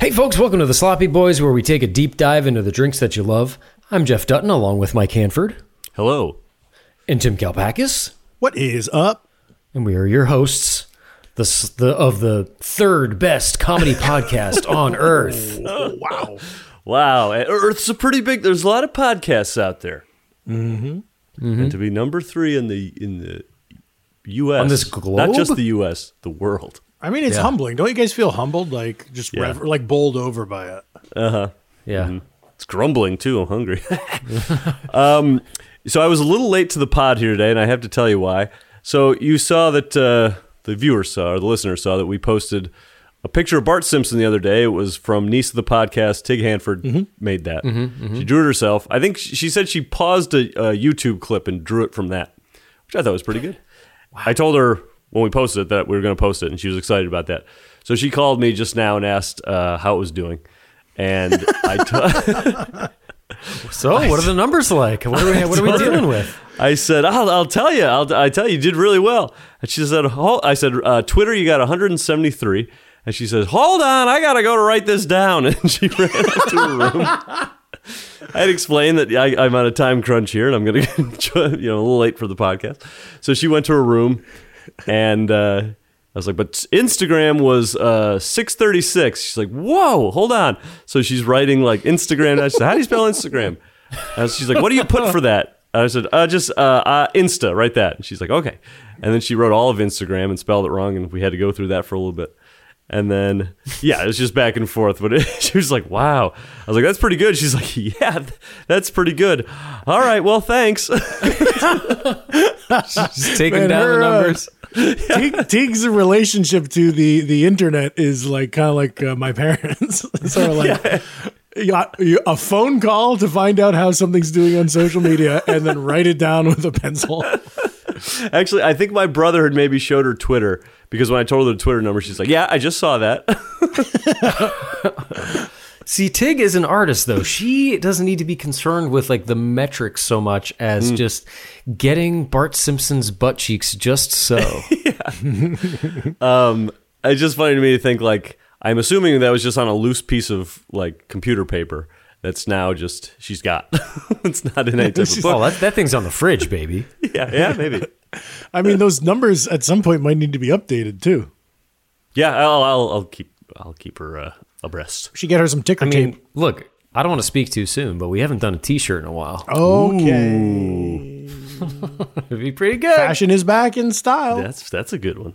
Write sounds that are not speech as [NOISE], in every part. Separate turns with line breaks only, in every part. Hey, folks, welcome to the Sloppy Boys, where we take a deep dive into the drinks that you love. I'm Jeff Dutton, along with Mike Hanford
Hello.
and Tim Kalpakis,
What is up?
and we are your hosts the, s- the, of the third best [LAUGHS] comedy podcast on earth.
Wow. E- Earth's a pretty big. There's a lot of podcasts out there. Mm-hmm. And to be number three in the in the U.S.
On this globe?
not just the U.S., the world.
I mean, it's humbling. Don't you guys feel humbled? Like just
Yeah.
rever- like bowled over by
[LAUGHS]
it.
Yeah.
It's grumbling too. I'm hungry. [LAUGHS] um, so I was a little late to the pod here today, and I have to tell you why. So you saw that uh, the viewers saw or the listeners saw that we posted a picture of Bart Simpson the other day. It was from niece of the podcast. Tig Hanford made that. She drew it herself. I think she she said she paused a, a YouTube clip and drew it from that, which I thought was pretty good. I told her when we posted it that we were going to post it, and she was excited about that. So she called me just now and asked uh, how it was doing. And I [LAUGHS] told.
So, what are the numbers like? What are we, [LAUGHS] what are we dealing with?
I said, I'll, I'll tell you. I'll, I tell you, you did really well. And she said, "Hol-" I said, uh, Twitter, you got 173. And she says, hold on, I got to go to write this down. [LAUGHS] And she ran up to her room. [LAUGHS] I'd explained that I, I'm on a time crunch here and I'm [LAUGHS] going to, you know, a little late for the podcast. So she went to her room and uh, I was like, but Instagram was uh, 636. She's like, whoa, hold on. So she's writing like Instagram. And I said, how do you spell Instagram? And she's like, what do you put for that? And I said, uh, just uh, uh, Insta, write that. And she's like, okay. And then she wrote all of Instagram and spelled it wrong. And we had to go through that for a little bit. And then, yeah, it was just back and forth. But it, [LAUGHS] she was like, wow. I was like, that's pretty good. She's like, [LAUGHS] yeah, th- that's pretty good. All right, well, thanks. [LAUGHS]
Just taking
Man,
down the
her, uh,
numbers.
Tig, Tig's relationship to the the internet is like kind of like uh, my [LAUGHS] parents. sort of like you got- you- a phone call to find out how something's doing on social media, and then write it down with a pencil.
Actually, I think my brother had maybe showed her Twitter because when I told her the Twitter number, she's like, yeah, I just saw that. [LAUGHS]
See, Tig is an artist though. She doesn't need to be concerned with like the metrics so much as just getting Bart Simpson's butt cheeks just so.
it's just funny to me to think like I'm assuming that was just on a loose piece of like computer paper that's now just she's got. [LAUGHS] it's not in any type of
oh,
book.
that, that thing's on the fridge, baby.
Yeah, [LAUGHS] yeah, maybe.
I mean, those numbers at some point might need to be updated too.
Yeah, I'll, I'll, I'll keep I'll keep her uh, abreast.
We should get her some ticker
I
tape.
mean, look, I don't want to speak too soon, but we haven't done a T-shirt in a while.
Oh. Okay,
It'd be pretty good.
fashion is back in style.
That's that's a good one.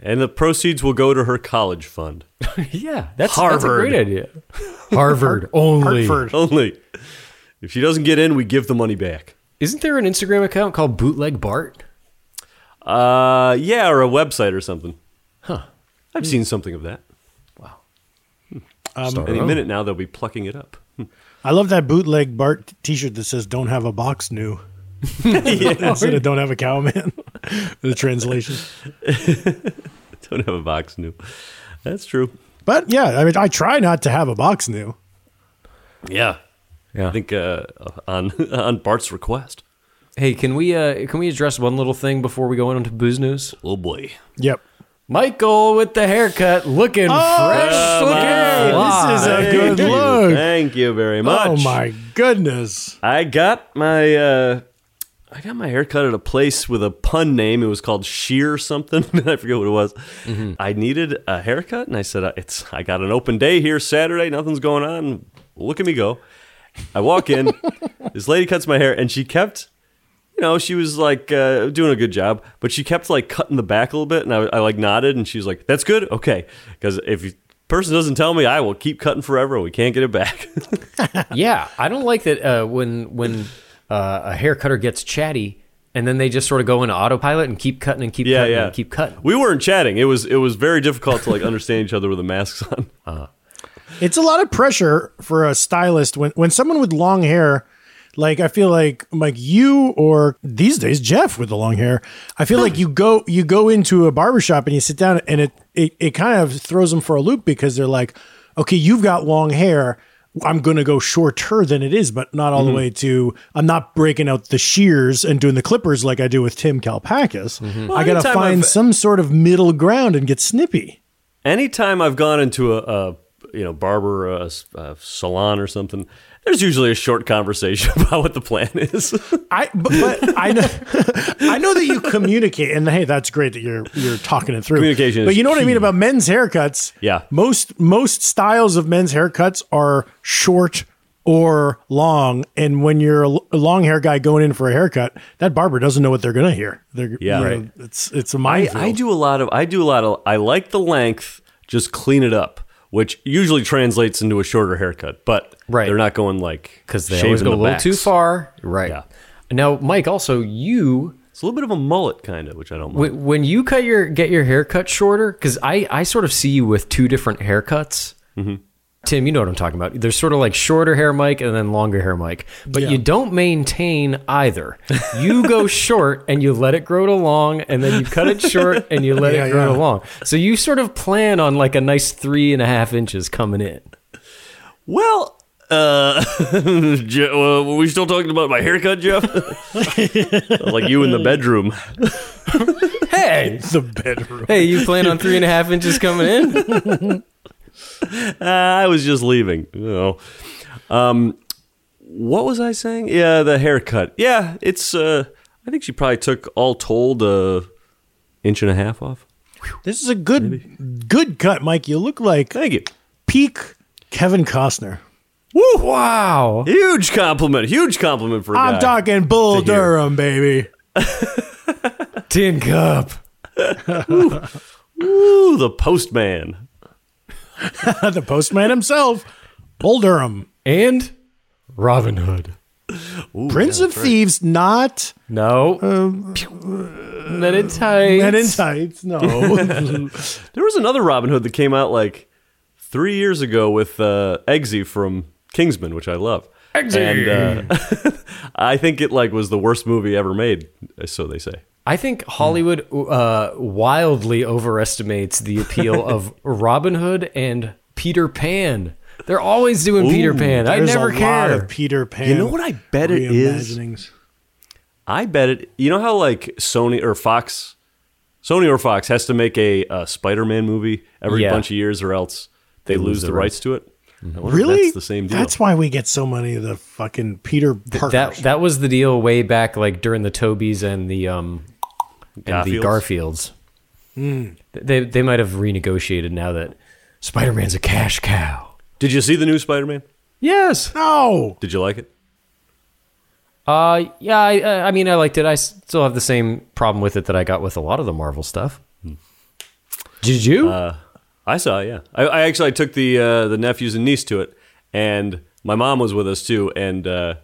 And the proceeds will go to her college fund [LAUGHS]
Yeah, that's, that's a
Harvard.
great idea. Harvard only.
Hartford.
only. If she doesn't get in, we give the money back.
Isn't there an Instagram account called Bootleg Bart?
Uh, yeah, or a website or something. Huh? I've seen something of that.
Um,
Any minute now, they'll be plucking it up. [LAUGHS]
I love that bootleg Bart T-shirt that says "Don't have a box new" [LAUGHS] instead of "Don't have a cow man." [LAUGHS] the translation,
Don't have a box new. That's true.
but yeah, I mean, I try not to have a box new.
Yeah.
Yeah.
I think uh, on [LAUGHS] on Bart's request.
Hey, can we uh, can we address one little thing before we go into booze news?
Oh boy.
Yep.
Michael with the haircut looking fresh.
Oh,
looking
my. This is a
fly.
Thank
good
you.
look.
Thank you very much.
Oh my goodness.
I got my uh, I got my hair cut at a place with a pun name. It was called Sheer something. [LAUGHS] I forget what it was. I needed a haircut, and I said, "It's I got an open day here Saturday. Nothing's going on. Look at me go." I walk in. this lady cuts my hair, and she kept. You know, she was like uh, doing a good job, but she kept like cutting the back a little bit, and I, I like nodded, and she was like, "That's good, okay." Because if the person doesn't tell me, I will keep cutting forever. We can't get it back. [LAUGHS]
yeah, I don't like that uh, when when uh, a hair cutter gets chatty and then they just sort of go into autopilot and keep cutting and keep
yeah,
cutting
yeah.
and keep cutting.
We weren't chatting. It was it was very difficult to like [LAUGHS] understand each other with the masks on.
It's a lot of pressure for a stylist when when someone with long hair like I feel like like you or these days Jeff with the long hair. I feel like you go you go into a barbershop and you sit down and it it, it kind of throws them for a loop because they're like, "Okay, you've got long hair. I'm going to go shorter than it is, but not all
Mm-hmm.
the way to I'm not breaking out the shears and doing the clippers like I do with Tim Kalpakis. I got to
Mm-hmm. anytime
find
I've-
some sort of middle ground and get snippy."
Anytime I've gone into a, a you know barber a, s- a salon or something, there's usually a short conversation [LAUGHS] about what the plan is.
I but, but I know [LAUGHS] I know that you communicate, and hey, that's great that you're you're talking it through.
Communication is
but you know what I
key.
mean about men's haircuts.
Yeah.
most most styles of men's haircuts are short or long, and when you're a l- a long hair guy going in for a haircut, that barber doesn't know what they're gonna hear. They're,
Yeah.
you know,
Right.
It's it's a
I,
minefield.
I do a lot of I do a lot of I like the length, just clean it up, which usually translates into a shorter haircut. But
Right.
they're not going like
because they
shaving
always go a
the
little too
backs.
far. Right.
Yeah.
Now, Mike, also you
It's a little bit of a mullet kind of, which I don't mind.
wh- when you cut your get your hair cut shorter, because I I sort of see you with two different haircuts. Tim, you know what I'm talking about. There's sort of like shorter hair Mike and then longer hair Mike, but you don't maintain either. You go short and you let it grow to long, and then you cut it short and you let
Yeah,
it grow
yeah.
to long. So you sort of plan on like a nice three and a half inches coming in.
Well, uh, [LAUGHS] Je- uh, were we still talking about my haircut, Jeff? [LAUGHS] like you in the bedroom. [LAUGHS]
Hey,
the bedroom.
hey, you plan on three and a half inches coming in?
Uh, I was just leaving. You know. Um, what was I saying? Yeah, the haircut. Yeah, it's. Uh, I think she probably took all told a inch and a half off.
This is a good good cut, Mike. You look like
Thank you.
peak Kevin Costner.
Wow.
Huge compliment. Huge compliment for a
I'm
guy.
talking Bull
to hear.
Durham, baby. [LAUGHS]
Tin cup.
Ooh, the postman.
the postman himself, Bull Durham.
And Robin Hood.
Prince of Thieves, not
No. Men in Tights.
Um, Men in Tights. [LAUGHS] No,
There was another Robin Hood that came out like three years ago with uh, Eggsy from Kingsman, which I love.
Eggsy!
And, uh, [LAUGHS] I think it like was the worst movie ever made, so they say.
I think Hollywood uh, wildly overestimates the appeal of
[LAUGHS]
Robin Hood and Peter Pan. They're always doing Peter Pan. I
there's
never
a lot
care.
of Peter Pan.
You know what I bet it is?
reimaginings.
I bet it. You know how like Sony or Fox, Sony or Fox has to make a, uh Spider-Man movie every
Yeah.
bunch of years, or else they, lose the rights to it. I wonder if
Really?
that's the same deal.
That's why we get so many of the fucking Peter Parker.
that that was the deal way back, like during the Tobies and the um and the Garfields.
Hmm.
They they might have renegotiated now that Spider Man's a cash cow.
Did you see the new Spider-Man?
Yes.
no,
Did you like it?
Uh, yeah, I- I, I mean, I liked it. I s- still have the same problem with it that I got with a lot of the Marvel stuff. Did you?
I saw, it, yeah. I, I actually I took the uh, the nephews and niece to it, and my mom was with us too, and uh,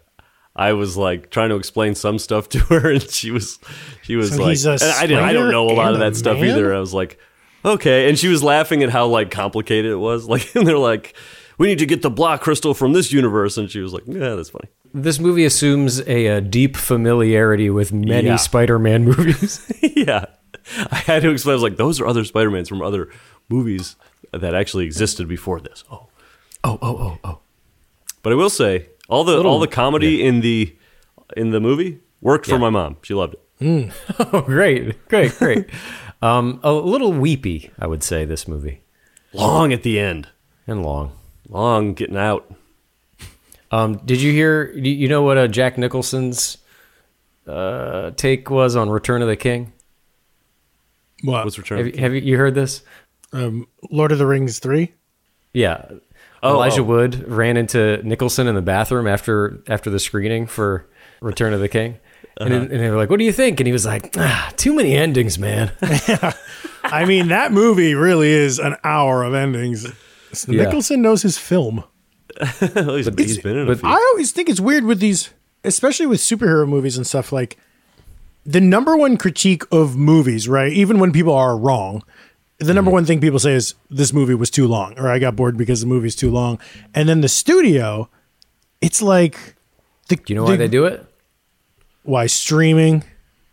I was like trying to explain some stuff [LAUGHS] to her, and she was she was
So
like,
he's a
and I didn't I don't
spider
know a lot
and
of
a
that stuff
man?
either. I was like, okay, and she was laughing at how like complicated it was, [LAUGHS] like, and they're like, we need to get the block crystal from this universe, and she was like, yeah, that's funny.
this movie assumes a, uh deep familiarity with many
Yeah.
Spider-Man [LAUGHS] movies.
[LAUGHS] yeah, I had to explain. I was like, those are other Spider Mans from other movies that actually existed before this. Oh,
oh, oh, oh, oh.
But I will say all the all the comedy in the in the movie worked for my mom. She loved it.
Oh, great, great, great. [LAUGHS] um, a little weepy, I would say, this movie
Long at the end.
and long.
Long getting out.
Um, did you hear? You you know what uh, Jack Nicholson's uh, take was on Return of the King?
What?
What's return?
Have, you- have you, you heard this?
um, Lord of the Rings three.
Yeah.
Oh,
Elijah
oh.
Wood ran into Nicholson in the bathroom after after the screening for Return of the King. And,
Uh-huh.
then- and they were like, "What do you think?" And he was like, ah, "Too many endings, man."
I mean, that movie really is an hour of endings.
Yeah.
Nicholson knows his film.
Well, [LAUGHS] he's- he's been in a few.
I always think it's weird with these, especially with superhero movies and stuff. Like the number one critique of movies, right? Even when people are wrong, the
Mm-hmm.
number one thing people say is this movie was too long, or I got bored because the movie's too long. And then the studio, it's like, the,
Do you know why they do it?
Why streaming?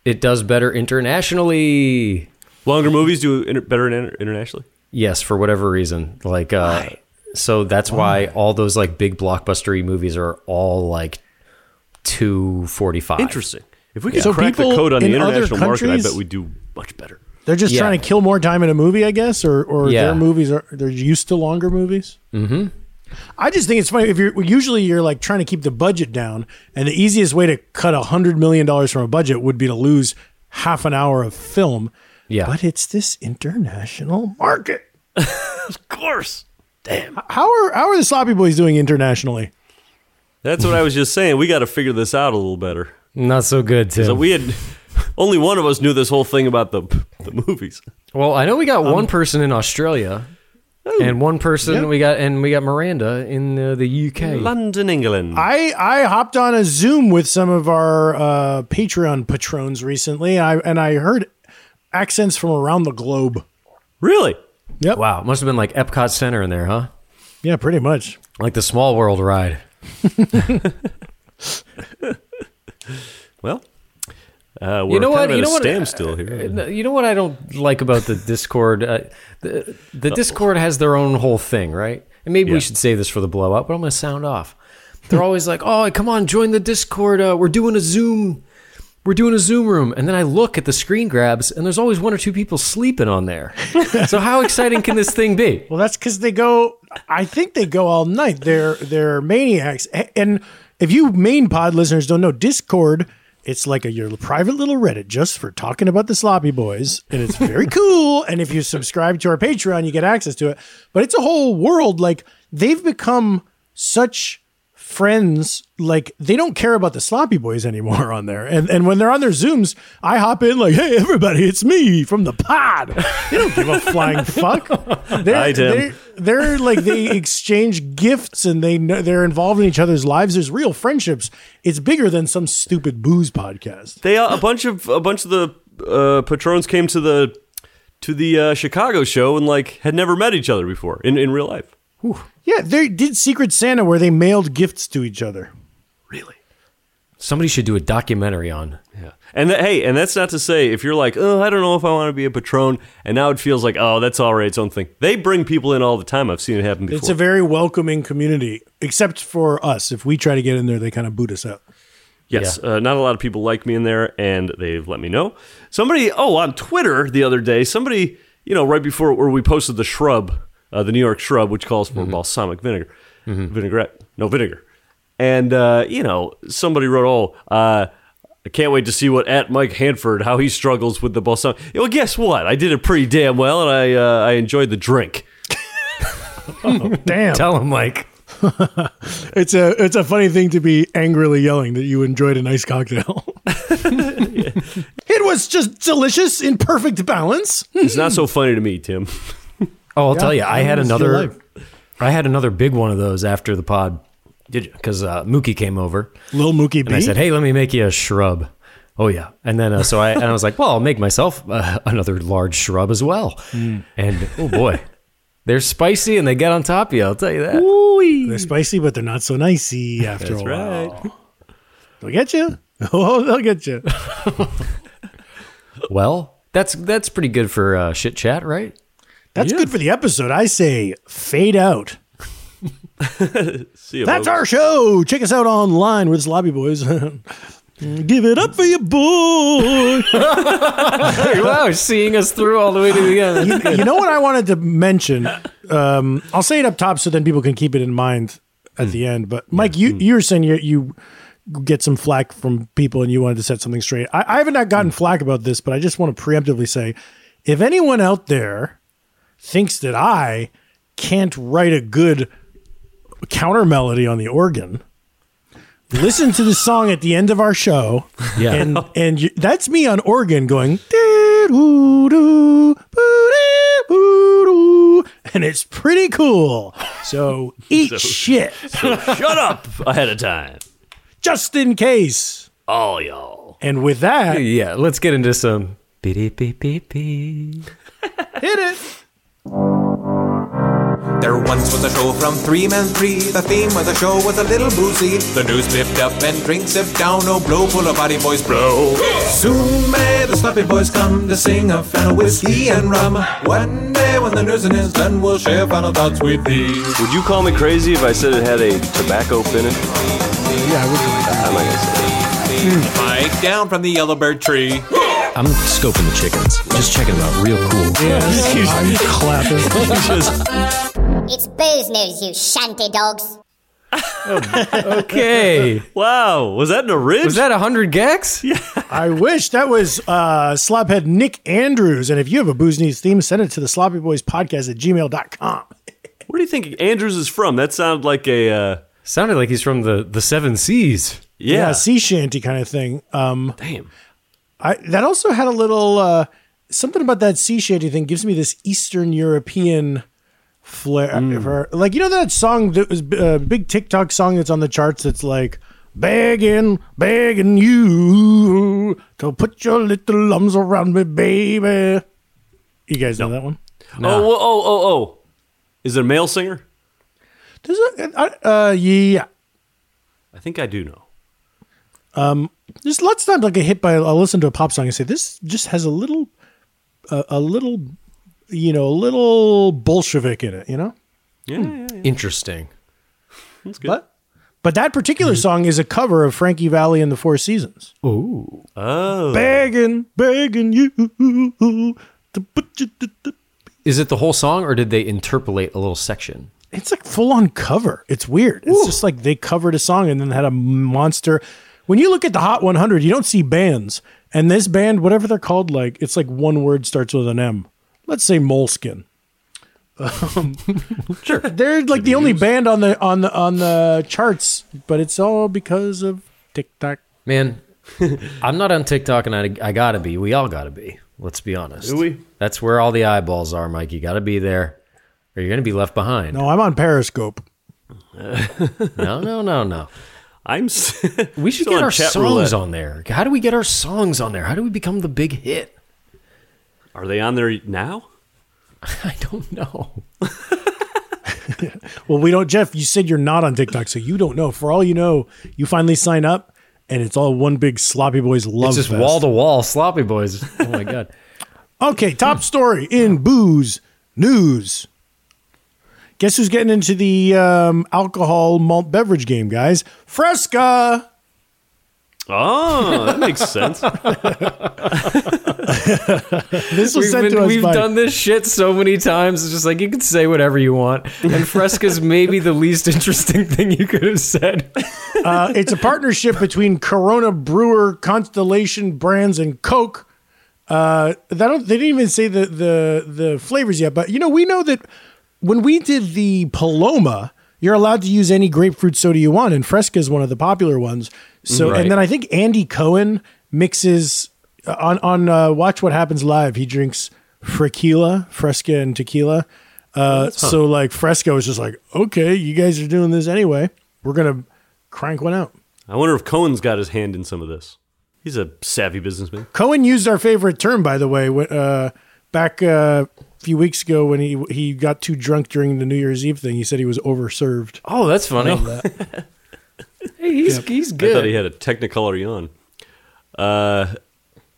It does better internationally.
Longer movies do inter- better in inter- internationally.
Yes, for whatever reason. Like uh so that's why all those like big blockbustery movies are all like 245.
Interesting. If we could
So
crack the
people
code on the
in other
international market, I
countries-
bet we do much better.
They're just
Yeah.
trying to kill more time in a movie, I guess, or or
Yeah.
their movies are they're used to longer movies. Mm-hmm. I just think it's funny if you're usually you're like trying to keep the budget down, and the easiest way to cut a hundred million dollars from a budget would be to lose half an hour of film.
Yeah.
but it's this international market.
Of course.
How are how are the sloppy boys doing internationally?
That's what I was just saying. We got to figure this out a little better.
Not so good, Tim.
So we had only one of us knew this whole thing about the the movies.
well, I know we got one person in Australia and one person we got and we got Miranda in the, the UK.
London, England.
I I hopped on a Zoom with some of our uh, Patreon patrons recently, I, and I heard accents from around the globe.
really?
Yep.
Wow, must have been like Epcot Center in there, huh?
Yeah, pretty much.
Like the Small World ride.
Well, uh, we're
You know what?
kind of at
You know
a
what?
standstill
Uh,
here.
no, You know what I don't like about the Discord? Uh, the the Discord has their own whole thing, right? And maybe we should save this for the blowout, but I'm going to sound off. They're always like, "Oh, come on, join the Discord. Uh, we're doing a Zoom. We're doing a Zoom room." And then I look at the screen grabs, and there's always one or two people sleeping on there. so how exciting can this thing be?
Well, that's because they go. I think they go all night. They're they're maniacs. A- And if you main pod listeners don't know Discord, it's like a your private little Reddit just for talking about the sloppy boys, and it's very cool. And if you subscribe to our Patreon, you get access to it. But it's a whole world. Like they've become such friends like they don't care about the sloppy boys anymore on there and and when they're on their zooms i hop in like hey everybody it's me from the pod they don't give a flying fuck they're,
Hi, Tim.
they're, they're like they [LAUGHS] exchange gifts and they know, they're involved in each other's lives there's real friendships it's bigger than some stupid booze podcast
They uh, a bunch of a bunch of the uh, patrons came to the to the uh, Chicago show and like had never met each other before in, in real life.
yeah they did secret santa where they mailed gifts to each other
Really?
Somebody should do a documentary on.
Yeah. And that, hey, and that's not to say if you're like, oh, I don't know if I want to be a patron, and now it feels like, oh, that's all right, its own thing. They bring people in all the time. I've seen it happen before.
it's a very welcoming community except for us if we try to get in there they kind of boot us [LAUGHS] out
Yes, uh, not a lot of people like me in there, and they've let me know. Somebody, oh, on Twitter the other day, somebody, you know, right before where we posted the shrub, uh, the New York shrub, which calls for balsamic vinegar, vinaigrette, no vinegar, and uh, you know, somebody wrote, oh, uh, I can't wait to see what at Mike Hanford how he struggles with the balsamic. Yeah, Well, guess what? I did it pretty damn well, and I uh, I enjoyed the drink.
damn
Tell him, Mike.
[LAUGHS] It's a it's a funny thing to be angrily yelling that you enjoyed a nice [LAUGHS] cocktail. it was just delicious in perfect balance.
It's not so funny to me, Tim. [LAUGHS]
Oh, I'll tell you, I
I
had
miss your
another.
life.
I had another big one of those after the pod. Did you? Because uh, Mookie came over.
Little Mookie B.
And I said, "Hey, let me make you a shrub." Oh yeah, and then uh, so I and I was like, "Well, I'll make myself uh, another large shrub as well."
Hmm.
And oh
[LAUGHS]
boy, they're spicy and they get on top of you. I'll tell you that.
they're spicy, but they're not so nicey after
That's
a
right.
while. They'll get you. [LAUGHS] Oh, they'll get you.
Well, that's that's pretty good for uh, shit chat, right? [LAUGHS]
That's good for the episode. I say fade out.
See you.
That's
folks.
our show. Check us out online with Sloppy Boys. [LAUGHS] Give it up for your boy.
wow, seeing us through all the way to the end.
[LAUGHS] you, you know what I wanted to mention? Um, I'll say it up top so then people can keep it in mind at the end. But Mike, you you were saying you you get some flack from people and you wanted to set something straight. I, I haven't not gotten flack about this, but I just want to preemptively say, if anyone out there thinks that I can't write a good counter melody on the organ. Listen to the song at the end of our show,
Yeah.
and and you, that's me on organ going, "Dee-doo-doo, boo-dee-boo-doo," and it's pretty cool. So eat shit,
[LAUGHS] Shut up ahead of time.
just in case.
All y'all.
And with that, hit
yeah, let's get into some. Beep-beep-beep-beep.
it.
There once was a show from Three Men Three. The theme of the show was a little boozy. The news sipped up and drinks sipped down. Oh, blow, full of body boys, blow. Soon may the sloppy boys come to sing a fan of whiskey and rum. One day when the nursing is done, we'll share final thoughts with thee.
Would you call me crazy if I said it had a tobacco finish?
Yeah, I
I'm not gonna say it.
Mike down from the yellow bird tree.
I'm scoping the chickens. Just checking them out real cool.
would. I'm clapping.
It's booze news, you shanty dogs.
[LAUGHS]
Okay.
Wow, was that an original?
Was that 100 gex? Yeah.
I wish that was uh, slobhead Nick Andrews. And if you have a booze needs theme, send it to the sloppy boys podcast at gmail.com.
Where do you think Andrews is from? That sounded like a uh,
Sounded like he's from the, the Seven Seas.
yeah.
yeah, sea shanty kind of thing. Um,
Damn.
I that also had a little uh, something about that sea shanty thing gives me this Eastern European flair.
Hmm.
Like you know that song that was a uh, big TikTok song that's on the charts. That's like begging, begging you to put your little arms around me, baby. You guys know that one?
Oh, whoa, oh, oh, oh. Is it a male singer?
There's a uh, uh, yeah.
I think I do know.
There's lots of times like I hit by I'll listen to a pop song and say this just has a little, uh, a little, you know, a little Bolshevik in it. You know.
Yeah, yeah, yeah.
Interesting.
that's good.
But but that particular song is a cover of Frankie Valley and the Four Seasons.
Oh, [LAUGHS]
Begging, begging you to put you. to- to-
Is it the whole song or did they interpolate a little section?
It's like full on cover. It's weird. It's just like they covered a song and then had a monster. When you look at the Hot 100, you don't see bands. And this band, whatever they're called, like it's like one word starts with an M. Let's say Moleskin.
Sure.
They're like the only band on the on the on the charts, but it's all because of TikTok.
[LAUGHS] Man, I'm not on TikTok and I, I gotta be. We all gotta be. Let's be honest.
Do we?
That's where all the eyeballs are, Mike. You gotta be there or you're gonna be left behind.
No, I'm on Periscope.
[LAUGHS] no, no, no. no.
I'm. s- [LAUGHS]
We should
Still
get
on
our
chat
songs
roulette.
on there. How do we get our songs on there? How do we become the big hit? [LAUGHS]
Are they on there now?
I don't know.
Well, we don't, Jeff. You said you're not on TikTok, so you don't know. For all you know, you finally sign up, and it's all one big sloppy boys love.
It's just
fest.
wall to wall sloppy boys. Oh
[LAUGHS]
my god.
Okay, top story in booze news. Guess who's getting into the um, alcohol malt beverage game, guys? Fresca.
Oh, [LAUGHS] that makes sense.
This was
We've,
sent
been-
to us
we've
by.
done this shit so many times. It's just like you can say whatever you want. And Fresca's maybe the least interesting thing you could have said.
uh, it's a partnership [LAUGHS] between Corona Brewer, Constellation Brands, and Coke. Uh, that don't, they didn't even say the, the the flavors yet, but you know we know that when we did the Paloma, you're allowed to use any grapefruit soda you want, and Fresca is one of the popular ones. So,
Right.
and then I think Andy Cohen mixes on on uh, Watch What Happens Live. He drinks Frequila, Fresca, and tequila. Uh, So like Fresca was just like, okay, you guys are doing this anyway. We're gonna crank one out.
I wonder if Cohen's got his hand in some of this. He's a savvy businessman.
Cohen used our favorite term, by the way, wh- uh, back uh, a few weeks ago when he he got too drunk during the New Year's Eve thing. He said he was overserved.
Oh, that's funny. hey, he's he's
I thought
good.
he had a Technicolor yawn. Uh,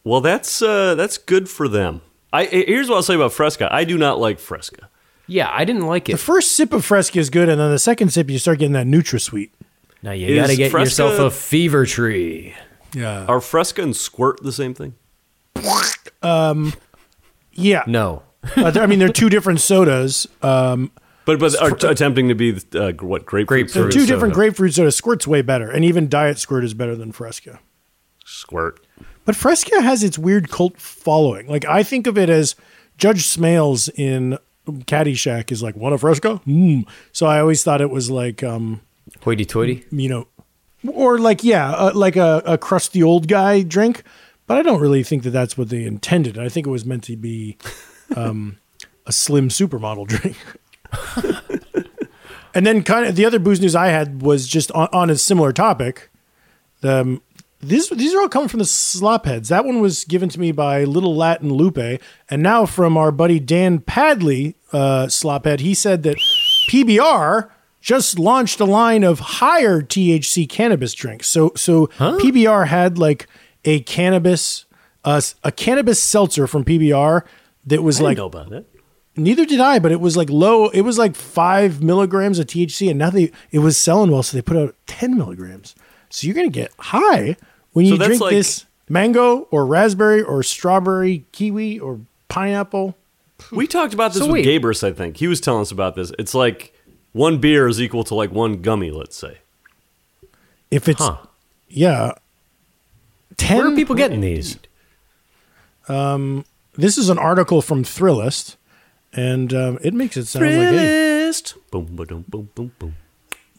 well, that's uh, that's good for them. I here's what I'll say about Fresca. I do not like Fresca.
yeah, I didn't like
The
it.
first sip of Fresca is good, and then the second sip you start getting that NutraSweet.
Now
Is
you got to get
Fresca-
yourself a fever tree.
Yeah.
Are Fresca and Squirt the same thing?
Yeah.
No.
Uh, there- I mean, they're two different sodas. Um,
But but are attempting to be uh, what grapefruit?
they're
Grapefruit.
two
soda.
different grapefruit sodas. Squirt's way better, and even Diet Squirt is better than Fresca.
Squirt.
But Fresca has its weird cult following. Like I think of it as Judge Smales in Caddyshack is like one of Fresca. Mm. So I always thought it was like um,
Hoity toity.
you know, or like yeah, uh, like a, a crusty old guy drink. But I don't really think that that's what they intended. I think it was meant to be um, a slim supermodel drink. [LAUGHS] and then kind of the other booze news I had was just on, on a similar topic. Um, these these are all coming from the slop heads. That one was given to me by Little Latin Lupe, and now from our buddy Dan Padley, uh, slophead. He said that PBR just launched a line of higher THC cannabis drinks. So so PBR had like a cannabis uh, a cannabis seltzer from PBR that was like
know about it.
Hmm.
Neither did I, but it was like low. It was like five milligrams of THC, and now they it was selling well, so they put out ten milligrams. So you're gonna get high when
So
you
that's
drink
like-
this mango or raspberry or strawberry, kiwi or pineapple.
We talked about this
So wait.
with Gabrus, I think. He was telling us about this. It's like one beer is equal to like one gummy, let's say.
If it's
Huh.
yeah, ten.
Where are people getting these?
This is an article from Thrillist, and um, it makes it sound like hey,
Thrillist. Boom, boom, boom, boom, boom.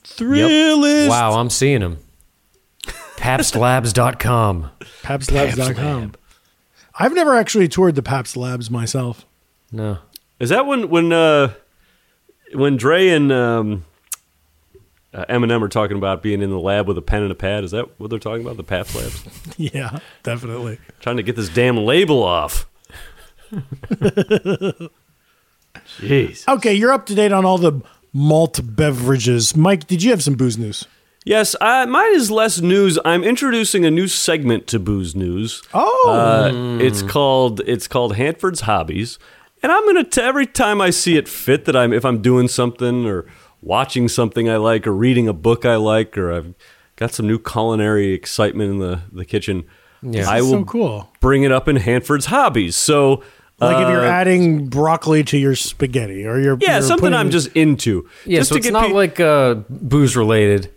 Thrillist.
Wow, I'm seeing them. Papslabs.com.
PabsLabs.com. I've never actually toured the Paps Labs myself. [LAUGHS]
No.
Is that when when uh when Dre and um uh, Eminem are talking about being in the lab with a pen and a pad? Is that what they're talking about? The Path Labs,
Yeah, definitely.
trying to get this damn label off. Jeez.
Okay, you're up to date on all the malt beverages. Mike, did you have some booze news?
Yes, uh, mine is less news. I'm introducing a new segment to Booze News.
Oh.
Uh, it's called it's called Hanford's Hobbies, and I'm gonna t- every time I see it fit that I'm if I'm doing something or watching something I like or reading a book I like or I've got some new culinary excitement in the the kitchen. Yeah, I
That's
will
so cool.
bring it up in Hanford's Hobbies. So.
Like if
uh,
you're adding broccoli to your spaghetti or your
yeah,
you're
something
putting-
I'm just into.
Yeah,
just
so
to
it's
get
not
pe-
like uh, booze related.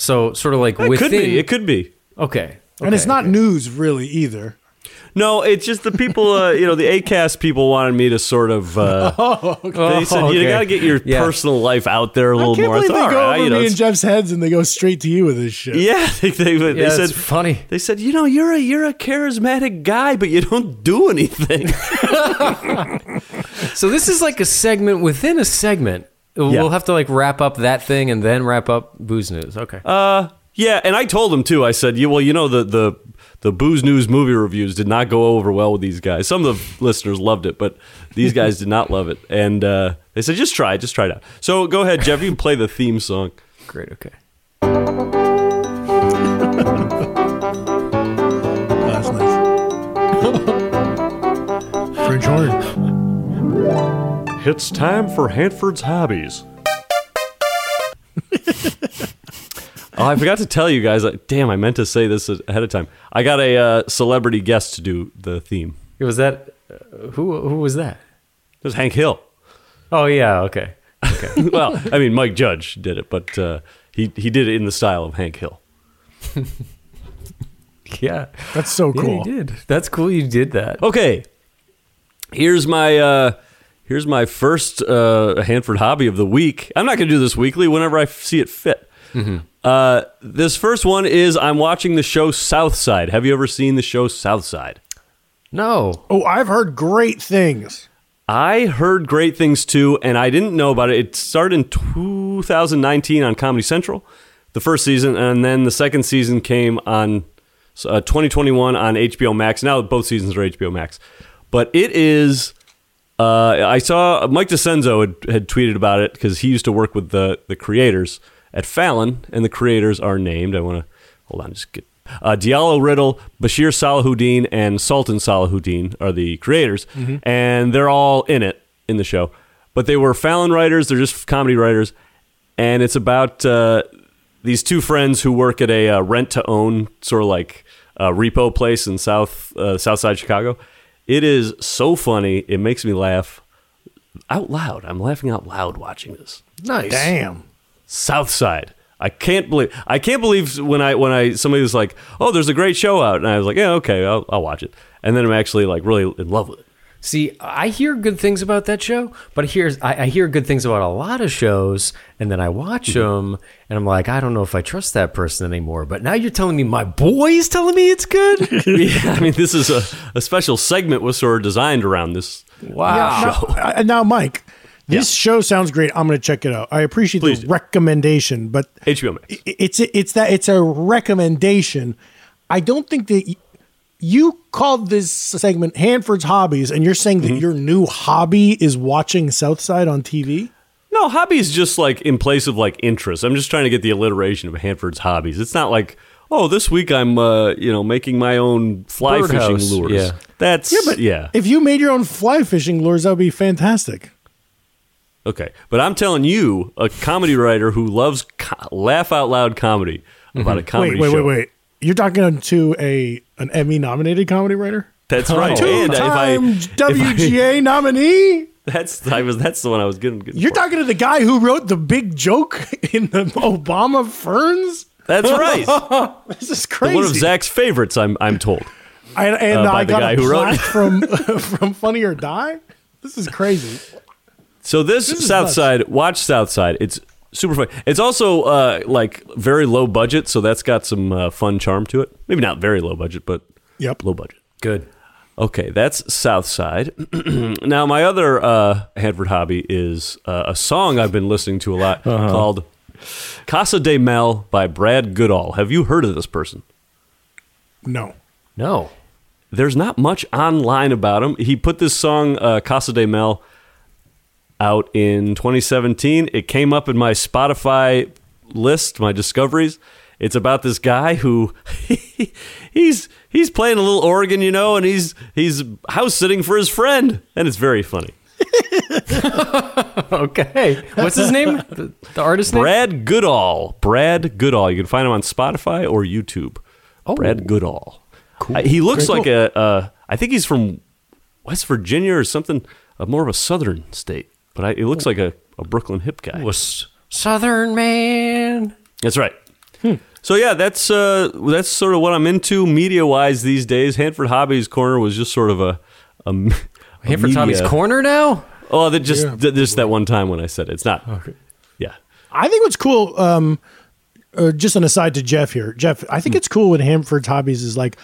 So sort of like
it
within.
could be. It could be.
okay.
and it's not news really either.
No, it's just the people, uh, you know, the ACAST people wanted me to sort of. Uh,
[LAUGHS]
They said
Oh, [LAUGHS]
you
okay.
got to get your
Yeah.
personal life out there a
I
little
can't
more.
believe
I
they
thought,
go
all right,
over
you know,
me and
it's-
Jeff's heads and they go straight to you with this
[LAUGHS]
shit.
yeah, they, they, they
Yeah,
said
it's funny.
They said you know you're a you're a charismatic guy, but you don't do
[LAUGHS]
anything.
So this is like a segment within a segment. We'll
Yeah.
have to like wrap up that thing and then wrap up booze news. Okay.
yeah, and I told them too. I said, you well, you know the the the booze news movie reviews did not go over well with these guys. Some of the listeners loved it, but these guys did not love it. And uh, they said, just try, it, just try it out. So go ahead, Jeff. You can play the theme song.
Great. Okay.
That's nice. French horn.
It's time for Hanford's Hobbies. oh, I forgot to tell you guys. like, Damn, I meant to say this ahead of time. I got a uh, celebrity guest to do the theme.
It was that. Uh, who who was that?
It was Hank Hill.
Oh yeah. Okay. [LAUGHS]
well, I mean, Mike Judge did it, but uh, he he did it in the style of Hank Hill.
Yeah.
That's so
Yeah,
cool.
you did. That's cool. You did that.
Okay, here's my uh, here's my first uh, Hanford hobby of the week. I'm not going to do this weekly. Whenever I f- see it fit. Uh, this first one is I'm watching the show Southside. Have you ever seen the show Southside?
No.
Oh, I've heard great things.
I heard great things too, and I didn't know about it. It started in 2019 on Comedy Central, the first season, and then the second season came on uh, 2021 on HBO Max. Now both seasons are HBO Max, but it is. Uh, I saw Mike DeCenzo had, had tweeted about it because he used to work with the the creators at Fallon, and the creators are named. I want to hold on, just get uh, Diallo Riddle, Bashir Salahuddin, and Sultan Salahuddin are the creators, and they're all in it in the show. But they were Fallon writers; they're just comedy writers, and it's about uh, these two friends who work at a uh, rent to own sort of like uh, Repo Place in South uh, South Side Chicago. It is so funny. It makes me laugh out loud. I'm laughing out loud watching this.
Nice.
Damn.
South Side. I can't believe I can't believe when I when I somebody was like, "Oh, there's a great show out," and I was like, "Yeah, okay, I'll, I'll watch it." And then I'm actually like really in love with it. [LAUGHS]
See, I hear good things about that show, but here's I, I hear good things about a lot of shows, and then I watch them, and I'm like, I don't know if I trust that person anymore. But now you're telling me my boy's telling me it's good.
yeah, I mean, this is a, a special segment was sort of designed around this.
Wow.
Now, uh, now, Mike, this show sounds great. I'm going to check it out. I appreciate
Please
the
do.
recommendation, but
HBO Max.
i- it's it's that it's a recommendation. I don't think that y- you called this segment Hanford's Hobbies, and you're saying
Mm-hmm.
that your new hobby is watching Southside on TV.
No, hobby is just like in place of like interest. I'm just trying to get the alliteration of Hanford's hobbies. It's not like, oh, this week I'm uh, you know making my own fly
Birdhouse,
fishing lures.
yeah.
That's yeah, but yeah,
If you made your own fly fishing lures, that would be fantastic.
okay. But I'm telling you, a comedy writer who loves co- laugh out loud comedy
Mm-hmm.
about a comedy
wait, wait,
show.
wait, wait. You're talking to a an Emmy nominated comedy writer,
That's right.
two
And if I-
time
if I-
WGA nominee.
that's I was that's the one I was getting. getting
You're
for.
talking to the guy who wrote the big joke [LAUGHS] in the Obama Ferns. [LAUGHS]
That's right.
This is
The
crazy.
One of Zach's favorites, I'm I'm told.
and and
uh, by
I
the
got
guy
a
who wrote
plaque
it. [LAUGHS]
from [LAUGHS] from Funny or Die. This is crazy.
So this,
This is nuts.
Southside, watch Southside. It's super fun. It's also uh, like very low budget, so that's got some uh, fun charm to it. Maybe not very low budget, but
Yep.
low budget.
Good.
Okay, that's Southside. [CLEARS THROAT] now my other uh, Hanford hobby is uh, a song I've been listening to a lot
Uh-huh.
called "Casa de Mel" by Brad Goodall. Have you heard of this person?
No.
No.
there's not much online about him. He put this song uh, Casa de Mel out in 2017. It came up in my Spotify list, my discoveries. It's about this guy who [LAUGHS] he's he's playing a little organ, you know, and he's he's house sitting for his friend, and it's very funny.
Okay. What's his [LAUGHS] name? The, the artist name?
Brad Goodall. Brad Goodall. You can find him on Spotify or YouTube. Brad Goodall. Oh, Cool. he looks like a. Uh, I think he's from West Virginia or something, uh, more of a southern state. But I, it looks like a, a Brooklyn hip guy.
Southern man.
That's right. So yeah, that's uh, that's sort of what I'm into media wise these days. Hanford Hobbies Corner was just sort of a. a m- a
Hanford Tommy's
media-
corner now.
Oh, that just th- just that one time when I said it. it's not. Yeah.
I think what's cool. Um, uh, just an aside to Jeff here, Jeff. I
Hmm.
think it's cool with Hanford's hobbies is like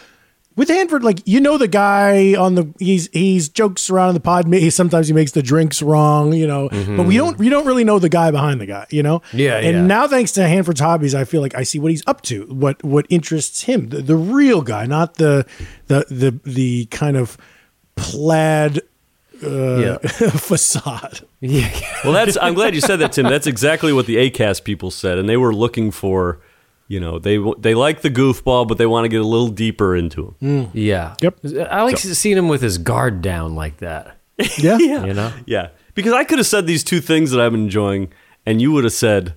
with Hanford, like you know the guy on the he's he's jokes around in the pod. ma- He sometimes he makes the drinks wrong, you know. But we don't we don't really know the guy behind the guy, you know.
Mm-hmm. Yeah,
And
yeah.
now thanks to Hanford's hobbies, I feel like I see what he's up to, what what interests him, the, the real guy, not the the the the kind of plaid uh, [LAUGHS] facade.
[LAUGHS]
Well, that's. I'm glad you said that, Tim. That's exactly what the Acast people said, and they were looking for. You know, they they like the goofball, but they want to get a little deeper into
Mm.
him.
Yeah.
Yep.
I like seeing him with his guard down like that.
Yeah.
You know.
Yeah, because I could have said these two things that I'm enjoying, and you would have said,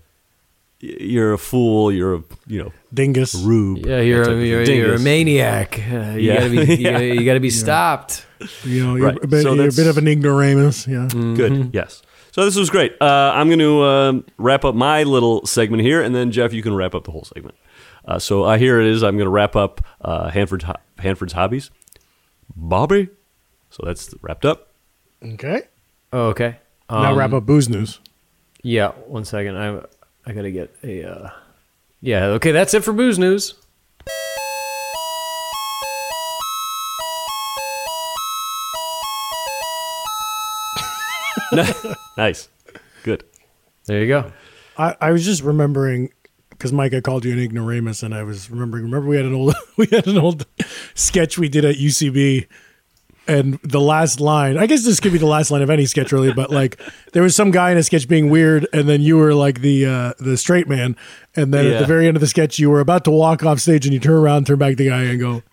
"Y- "You're a fool. You're a you know
[LAUGHS] Dingus.
rube."
Yeah, you're
that type
a,
of
you're,
thing.
you're a
Dingus.
maniac. Uh, you
Yeah.
gotta [LAUGHS] be you,
Yeah.
gotta, you gotta be stopped.
You know,
Right.
you're, a bit,
So
you're a
that's-
bit of an ignoramus. Yeah.
Good.
Mm-hmm.
Yes. So this was great. Uh, I'm going to um wrap up my little segment here, and then Jeff, you can wrap up the whole segment. Uh, so uh, here it is. I'm going to wrap up uh, Hanford's ho- Hanford's hobbies, Bobby. So that's wrapped up.
Okay.
Oh, okay.
now
Um,
wrap up booze news.
Yeah, one second. I I gotta get a. Uh, yeah, okay. That's it for booze news.
Nice. Good.
There you go.
I, I was just remembering because Mike, I called you an ignoramus, and I was remembering. Remember, we had an old [LAUGHS] we had an old sketch we did at UCB, and the last line. I guess this could be the last line of any sketch, really. But like, there was some guy in a sketch being weird, and then you were like the uh, the straight man, and then at
Yeah.
the very end of the sketch, you were about to walk off stage, and you turn around, turn back to the guy, and go.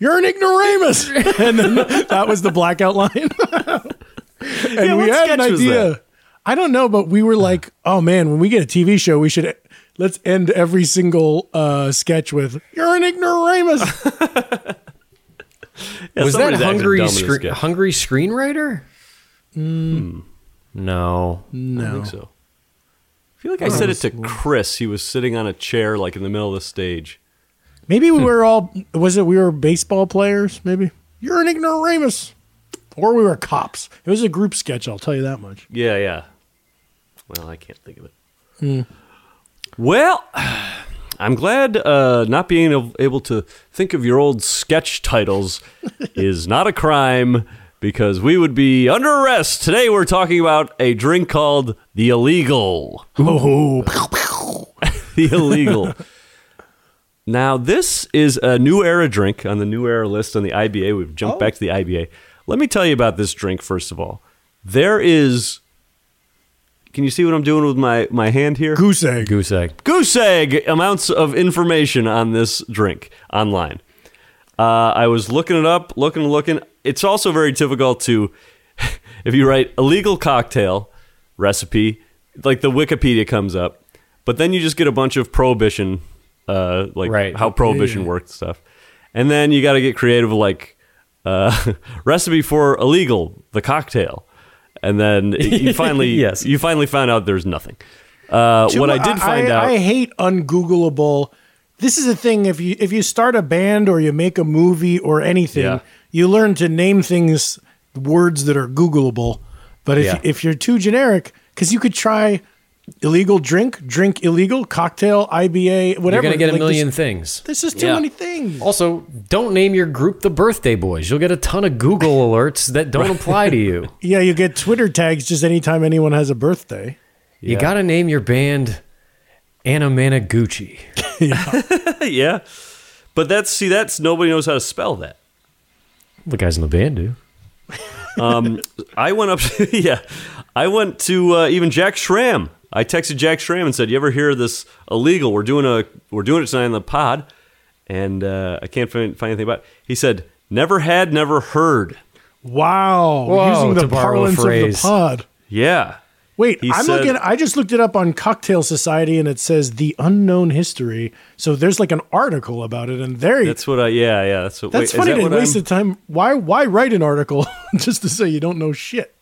You're
[LAUGHS]
an ignoramus, and then that was the blackout line. [LAUGHS] and
what
we had an
sketch was
idea.
that?
I don't know, but we were like, oh man, when we get a TV show, we should Let's end every single uh, sketch with "You're an ignoramus."
[LAUGHS] Yeah,
was that
somebody's acting
hungry
dumb in this
scre-
sketch.
hungry screenwriter?
Mm.
Hmm. No.
I think so. I feel like
Oh,
I said it to Chris. He was sitting on a chair, like in the middle of the stage.
Maybe we were all was it we were baseball players? Maybe you're an ignoramus, or we were cops. It was a group sketch. I'll tell you that much.
Yeah, yeah. Well, I can't think of it. Well, [SIGHS] I'm glad uh, not being av- able to think of your old sketch titles is not a crime because we would be under arrest. Today we're talking about a drink called the illegal.
Oh,
[LAUGHS] the illegal. now, this is a new era drink on the new era list on the IBA. We've jumped back to the IBA. Let me tell you about this drink, first of all. There is. Can you see what I'm doing with my, my hand here?
goose egg.
Goose egg.
goose egg amounts of information on this drink online. Uh, I was looking it up, looking, looking. It's also very difficult to, [LAUGHS] if you write illegal cocktail recipe, like the Wikipedia comes up, but then you just get a bunch of prohibition, uh, like
Right.
how prohibition worked stuff, and then you got to get creative, like uh, [LAUGHS] recipe for illegal the cocktail, and
[LAUGHS]
then you finally
Yes.
you finally found out there's nothing. Uh, what I did find out.
I hate ungoogleable. This is a thing. If you if you start a band or you make a movie or anything,
Yeah.
you learn to name things words that are googleable. But if
Yeah.
if you're too generic, because you could try illegal drink, drink illegal cocktail, IBA,
You're
whatever.
going to get a
Like, there's-
million things.
[LAUGHS] There's just too
Yeah.
many things.
Also, don't name your group the Birthday Boys. You'll get a ton of Google alerts that don't apply to you. [LAUGHS]
Yeah, you get Twitter tags just anytime anyone has a birthday.
You got to name your band Anna Managuchi.
[LAUGHS] yeah. But that's see, that's nobody knows how to spell that.
The guys in the band do.
I went up, [LAUGHS] yeah, I went to uh, even Jack Schramm. I texted Jack Schramm and said, "You ever hear of this illegal? We're doing a we're doing it tonight on the pod, and uh, I can't find, find anything about." it. He said, "Never had, never heard."
Wow.
Whoa,
Using
to
the
borrow a
parlance of the
phrase.
pod.
Yeah,
Wait,
He
I'm
said-
looking I just looked it up on Cocktail Society and it says the unknown history. So there's like an article about it and there you
that's what I. Yeah, yeah, that's what.
that's
wait,
funny
is that
to
what
waste
I'm-
the time. Why why write an article [LAUGHS] just to say you don't know shit?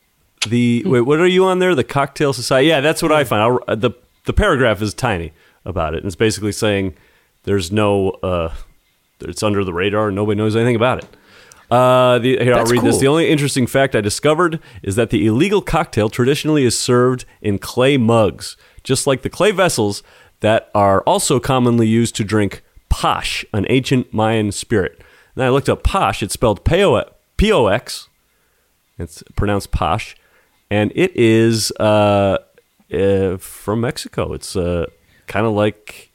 The
Hmm.
wait, what are you on there? The Cocktail Society. Yeah, that's what I find. I'll, uh, the The paragraph is tiny about it, and it's basically saying there's no, uh, it's under the radar. and Nobody knows anything about it. Uh, the, here,
That's
I'll read this.
cool.
The only interesting fact I discovered is that the illegal cocktail traditionally is served in clay mugs, just like the clay vessels that are also commonly used to drink posh, an ancient Mayan spirit. And I looked up posh. It's spelled P-O- P-O-X. It's pronounced posh, and it is uh, uh, from Mexico. It's uh, kind of like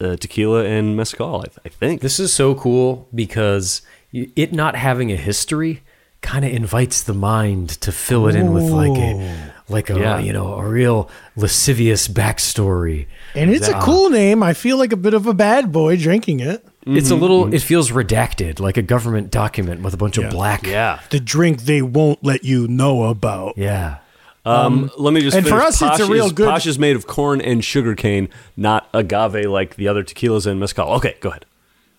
uh, tequila and mezcal, I, th- I think.
This is so cool because y- it not having a history kind of invites the mind to fill it in with like a like a
Yeah.
you know a real lascivious backstory. uh,
And it's a cool name. I feel like a bit of a bad boy drinking it.
It's a little. It feels redacted, like a government document with a bunch of black.
yeah.
The drink they won't let you know about.
Yeah.
Um, let me just.
and for
finish.
us, it's a
Posh
real
is,
good-
Posh is made of corn and sugar cane, not agave like the other tequilas and mezcal. Okay, go ahead.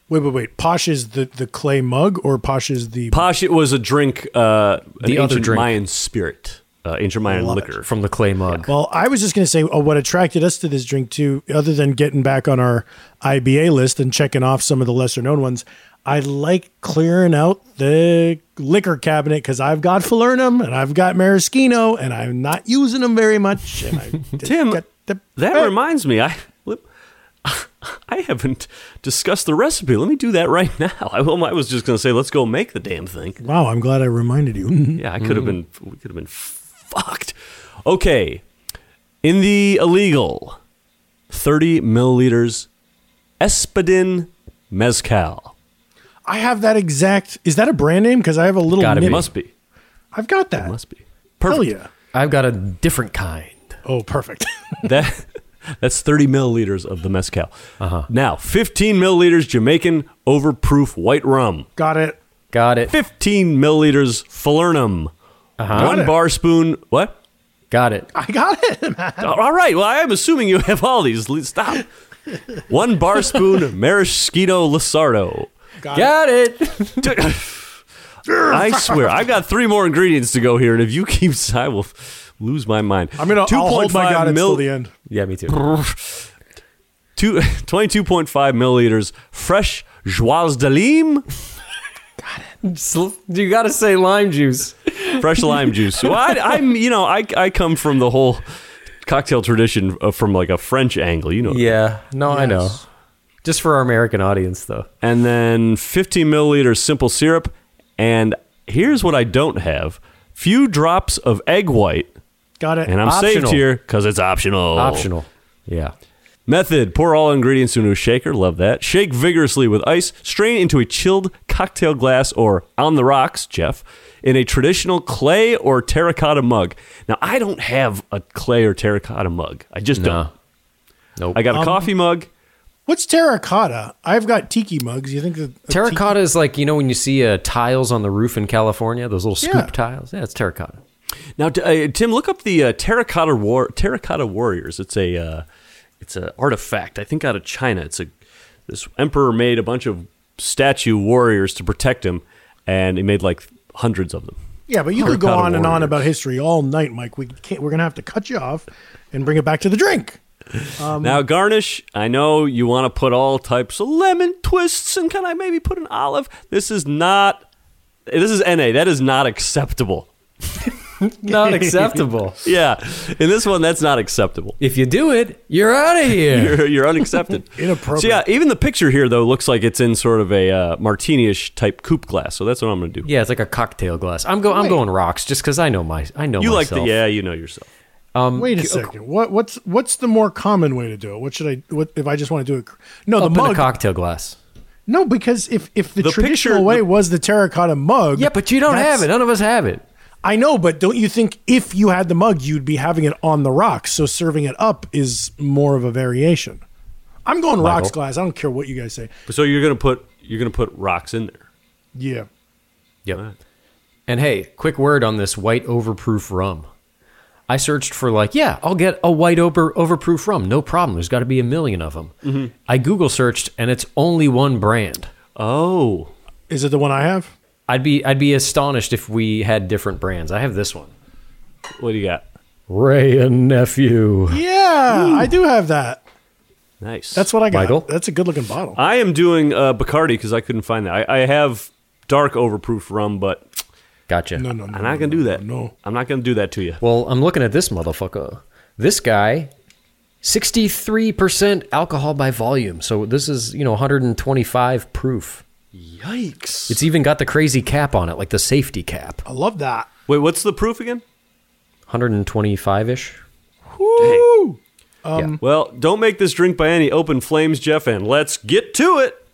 Wait, wait, wait. Posh is the, the clay mug or Posh is the
Posh, it was a drink, uh, an
The other
ancient
drink.
Mayan spirit, uh, ancient Mayan
Love it.
liquor.
From the clay mug.
Well, I was just going to say oh, what attracted us to this drink, too, other than getting back on our IBA list and checking off some of the lesser known ones. I like clearing out the liquor cabinet because I've got Falernum and I've got Maraschino and I'm not using them very much.
[LAUGHS]
And I just
Tim,
got the-
That reminds me, I [LAUGHS] I haven't discussed the recipe. Let me do that right [LAUGHS] now. I, will- I was just going to say, let's go make the damn thing.
wow, I'm glad I reminded you. [LAUGHS]
Yeah, I could have been. We could have been fucked. Okay, in the illegal, thirty milliliters, Espadin mezcal.
I have that exact. Is that a brand name? Because I have a little.
Gotta be.
nib-
Must be.
I've got that.
Must be.
Hell
Perfect.
yeah.
I've got a different kind.
Oh, perfect. [LAUGHS]
That [LAUGHS] that's 30 milliliters of the mezcal. Uh-huh. Now, 15 milliliters Jamaican overproof white rum.
got it.
Got it.
15 milliliters falernum. One
Uh-huh. Got it.
bar spoon. What?
Got it.
I got it. man.
All right. Well, I am assuming you have all these. Le-
[LAUGHS]
Stop. One bar spoon maraschino Lissardo.
Got it.
I swear, I've got three more ingredients to go here, and if you keep, [LAUGHS] I will f- lose my mind.
I'm gonna I'll hold my
2.5
god until
mil-
the end.
Yeah, me too.
Two, [LAUGHS] 22.5 milliliters fresh joise de lime,
Sl- You got to say lime juice.
fresh lime
[LAUGHS]
juice. Well, I, am you know, I, I come from the whole cocktail tradition uh, from like a French angle, you know.
Yeah. No, I know. Just for our American audience, though.
And then 15 milliliters simple syrup. And here's what I don't have few drops of egg white.
Got it.
And I'm saved
Optional.
here because it's
Oh.
optional.
Optional. Yeah.
Method pour all ingredients into a shaker. Love that. Shake vigorously with ice. Strain into a chilled cocktail glass or on the rocks, Jeff, in a traditional clay or terracotta mug. Now, I don't have a clay or terracotta mug. I just don't.
Nope.
I got a coffee mug.
What's terracotta? I've got tiki mugs. You think that a
Terracotta is like, you know, when you see uh, tiles on the roof in California, those little scoop
Yeah.
tiles. Yeah, it's terracotta.
Now, t- uh, Tim, look up the uh, terracotta war terracotta warriors. It's a uh, it's an artifact. I think out of China. It's a this emperor made a bunch of statue warriors to protect him, and he made like hundreds of them.
tiki- yeah, but you could go
Terracotta
on and on
warriors.
about history all night, Mike. We can't. We're gonna have to cut you off and bring it back to the drink. um,
now, garnish. I know you want to put all types of lemon twists, and can I maybe put an olive? This is not. This is na. That is not acceptable.
[LAUGHS] Not acceptable.
Yeah, in this one, that's not acceptable.
if you do it, you're out of [LAUGHS] here.
you're, you're unaccepted.
[LAUGHS] Inappropriate.
So yeah, even the picture here though looks like it's in sort of a uh, martini-ish type coupe glass. So that's what I'm gonna do.
yeah, it's like a cocktail glass. I'm go. I'm going rocks just because I know my. I know
you like
myself.
the yeah, you know yourself.
Um,
Wait a second. What what's what's the more common way to do it? What should I? What if I just want to do it? No, Oh, the
Up in a
mug.
cocktail glass.
no, because if if the,
The
traditional
picture-
way
the-
was the terracotta mug.
Yeah, but you don't
that's-
have it. None of us have it.
I know, but don't you think if you had the mug, you'd be having it on the rocks? So serving it up is more of a variation. I'm going rocks glass. I don't care what you guys say.
So you're gonna put you're gonna put rocks in there.
Yeah.
Yep. And hey, quick word on this white overproof rum. I searched for like, yeah, I'll get a white over overproof rum, no problem. There's got to be a million of them. I Google searched, and it's only one brand.
Oh,
Is it the one I have?
I'd be I'd be astonished if we had different brands. I have this one.
what do you got?
Ray and nephew.
Yeah, Ah, I do have that.
Nice.
That's what I got.
Michael?
That's a good looking bottle.
I am doing uh, Bacardi because I couldn't find that. I, I have dark overproof rum, but
Gotcha.
No, no, no.
I'm not gonna do that.
No.
I'm not gonna do that to you.
Well, I'm looking at this motherfucker. This guy, 63% alcohol by volume. So this is, you know, 125 proof.
Yikes!
It's even got the crazy cap on it, like the safety cap.
I love that.
Wait, what's the proof again?
125 ish.
Woo! Um,
Well, don't make this drink by any open flames, Jeff, and let's get to it.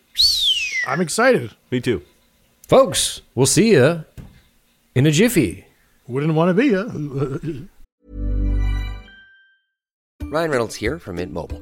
I'm excited.
Me too.
Folks, we'll see ya in a jiffy.
Wouldn't want to be you.
Ryan Reynolds here from Mint Mobile.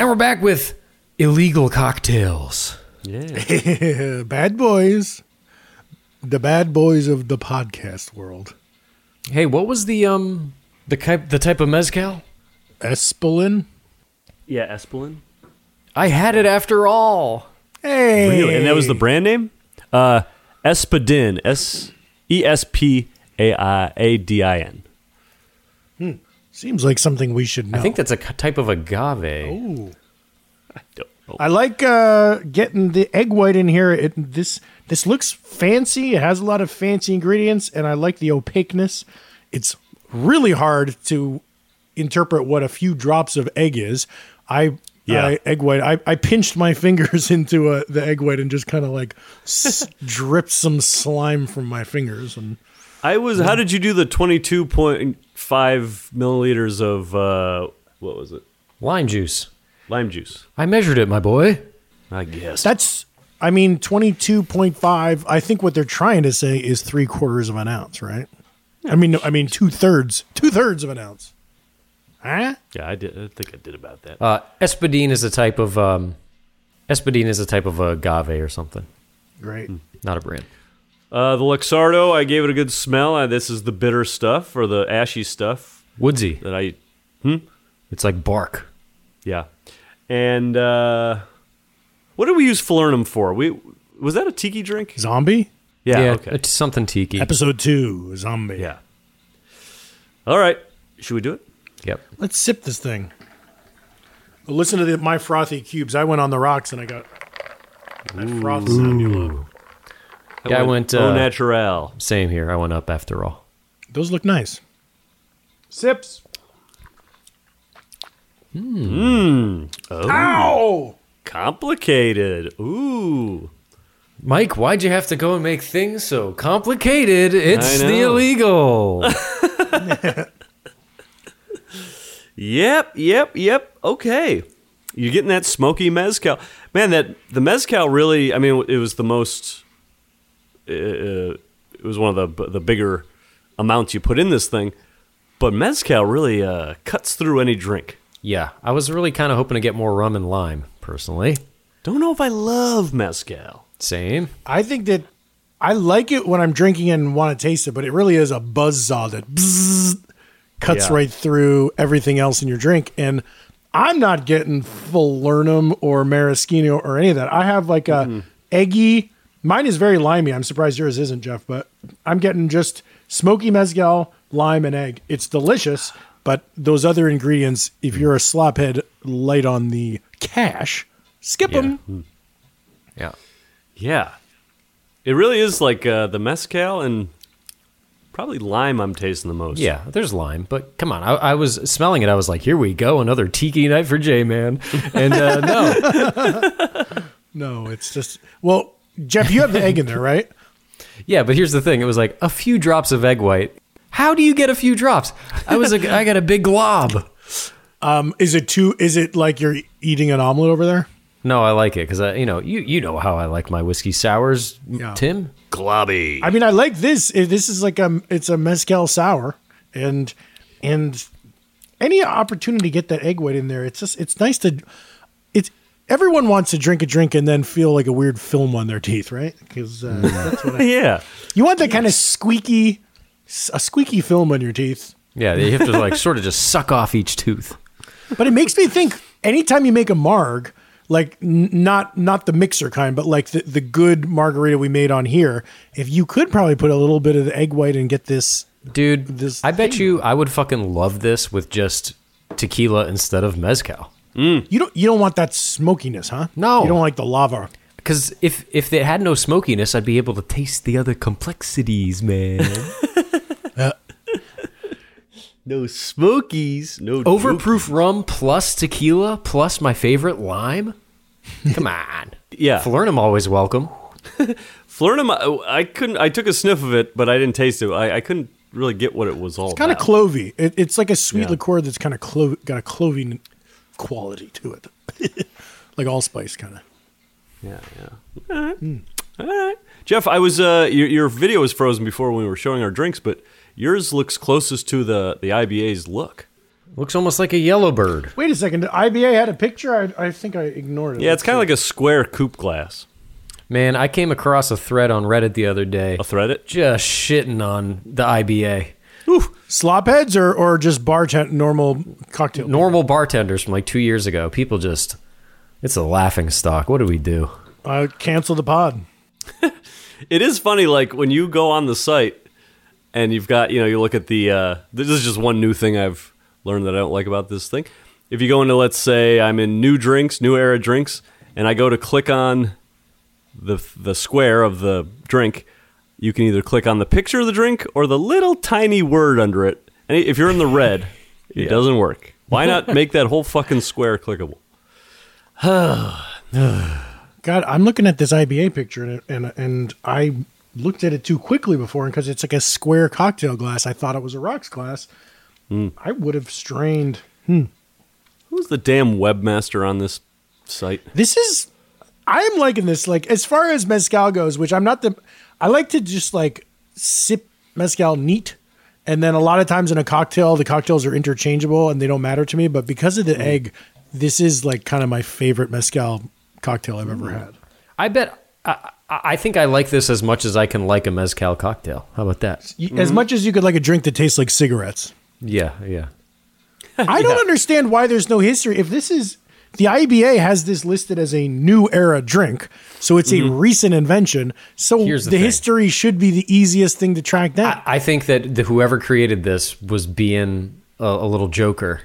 And we're back with illegal cocktails.
[LAUGHS] bad boys. The bad boys of the podcast world.
Hey, what was the um the type the type of mezcal?
Espelin.
Yeah, Espelin.
I had it after all.
Hey.
Really? And that was the brand name? Uh, Espadin. S E S P A I A D I N.
Seems like something we should know.
I think that's a c- type of agave.
I like uh, getting the egg white in here. It, this this looks fancy. It has a lot of fancy ingredients, and I like the opaqueness. It's really hard to interpret what a few drops of egg is. I
Yeah.
I- egg white. I, I pinched my [LAUGHS] fingers into uh the egg white and just kind of like s- [LAUGHS] dripped some slime from my fingers. And
I was. How did you do the twenty-two point five milliliters of uh, what was it?
Lime juice.
Lime juice.
I measured it, my boy.
I guess.
that's I mean twenty two point five. I think what they're trying to say is three quarters of an ounce, right? I mean, no, I mean two thirds, two thirds of an ounce. Huh?
yeah, I did. I think I did about that.
Uh, espadine is a type of um, espadine is a type of agave or something.
Great.
Not a brand.
Uh, the Luxardo. I gave it a good smell. Uh, this is the bitter stuff or the ashy stuff
Woodsy.
that I.
It's like bark.
Yeah. And uh, what did we use falernum for? We was that a tiki drink?
Zombie
Yeah. okay.
It's something tiki.
episode two. Zombie.
Yeah. All right. Should we do it?
Yep.
Let's sip this thing. Well, listen to the, my frothy cubes. I went on the rocks and I got that froth sound you love.
Yeah, I went.
au
Uh,
natural.
same here. I went up after all.
Those look nice. Sips.
Complicated. Ooh.
Mike, why'd you have to go and make things so complicated? It's
I
the
know. [LAUGHS]
illegal.
Yep, yep, yep. Okay. You're getting that smoky mezcal. Man, that the mezcal really, I mean, it was the most uh, it was one of the the bigger amounts you put in this thing. But mezcal really uh, cuts through any drink.
yeah, I was really kind of hoping to get more rum and lime, personally.
Don't know if I love mezcal.
Same.
I think that I like it when I'm drinking and want to taste it, but it really is a buzz saw that bzzz cuts
Yeah.
right through everything else in your drink. And I'm not getting Falernum or Maraschino or any of that. I have like a eggy. Mine is very limey. I'm surprised yours isn't, Jeff, but I'm getting just smoky mezcal, lime, and egg. It's delicious, but those other ingredients, if you're a slophead light on the cash, skip them.
Yeah.
Yeah. It really is like uh, the mezcal and probably lime I'm tasting the most.
Yeah, there's lime, but come on. I, I was smelling it. I was like, here we go, another tiki night for J
[LAUGHS]
Man. And uh, no,
No, it's just well, Jeff, you have the egg in there, right?
yeah, but here's the thing. It was like a few drops of egg white. How do you get a few drops? I was like, I got a big glob.
[LAUGHS] Um, is it too? Is it like you're eating an omelet over there?
No, I like it because I, you know, you you know how I like my whiskey sours,
Yeah.
Tim. Globby.
I mean, I like this. It- This is like a it's a mezcal sour, and and any opportunity to get that egg white in there, it's just it's nice to. It's everyone wants to drink a drink and then feel like a weird film on their teeth, right? Because uh, that's [LAUGHS] what I,
Yeah.
you want that kind of squeaky, a squeaky film on your teeth.
Yeah, you have to like sort of just suck off each tooth.
But it makes me think anytime you make a marg, like n- not not the mixer kind, but like the, the good margarita we made on here, if you could probably put a little bit of the egg white and get this
Dude,
This
I bet you I would fucking love this with just tequila instead of mezcal.
you don't you don't want that smokiness, huh?
No.
You don't like the lava.
Because if if it had no smokiness, I'd be able to taste the other complexities, man. [LAUGHS]
No smokies. No
Overproof rum plus tequila plus my favorite lime. Come on,
Yeah.
Falernum always welcome.
Flirtum, I, I couldn't. I took a sniff of it, but I didn't taste it. I, I couldn't really get what it was all
It's kind of
about.
clovey. It, it's like a sweet
Yeah.
liqueur that's kind of clo- got a clovey quality to it, [LAUGHS] like allspice kind of.
Yeah, yeah. All right. All right. Jeff, I was uh, your, your video was frozen before when we were showing our drinks, but yours looks closest to the the IBA's look.
Looks almost like a yellow bird.
Wait a second, IBA had a picture. I, I think I ignored it.
Yeah, it's kind of like a square coupe glass.
Man, I came across a thread on Reddit the other day,
I'll thread it.
just shitting on the IBA.
slop heads or or just bartend normal cocktail.
Normal bartenders from like two years ago, people just. It's a laughing stock. What do we do?
Uh, cancel the pod.
It is funny, like when you go on the site and you've got, you know, you look at the. Uh, this is just one new thing I've learned that I don't like about this thing. If you go into, let's say, I'm in new drinks, new era drinks, and I go to click on the the square of the drink, you can either click on the picture of the drink or the little tiny word under it. And if you're in the red, it doesn't work. Why not make that whole fucking square clickable?
God, I'm looking at this IBA picture and and and I looked at it too quickly before, and because it's like a square cocktail glass, I thought it was a rocks glass. I would have strained.
Who's the damn webmaster on this site?
This is, I am liking this. Like as far as mezcal goes, which I'm not the, I like to just like sip mezcal neat, and then a lot of times in a cocktail, the cocktails are interchangeable and they don't matter to me. But because of the egg, this is like kind of my favorite mezcal cocktail I've ever had.
I bet. I, I I think I like this as much as I can like a mezcal cocktail. How about that?
Y- As much as you could like a drink that tastes like cigarettes.
Yeah, yeah.
I don't understand why there's no history. If this is the IBA has this listed as a new era drink, so it's a recent invention. So
Mm-hmm. Here's the
the,
thing.
history should be the easiest thing to track down.
I think that the, whoever created this was being a, a little joker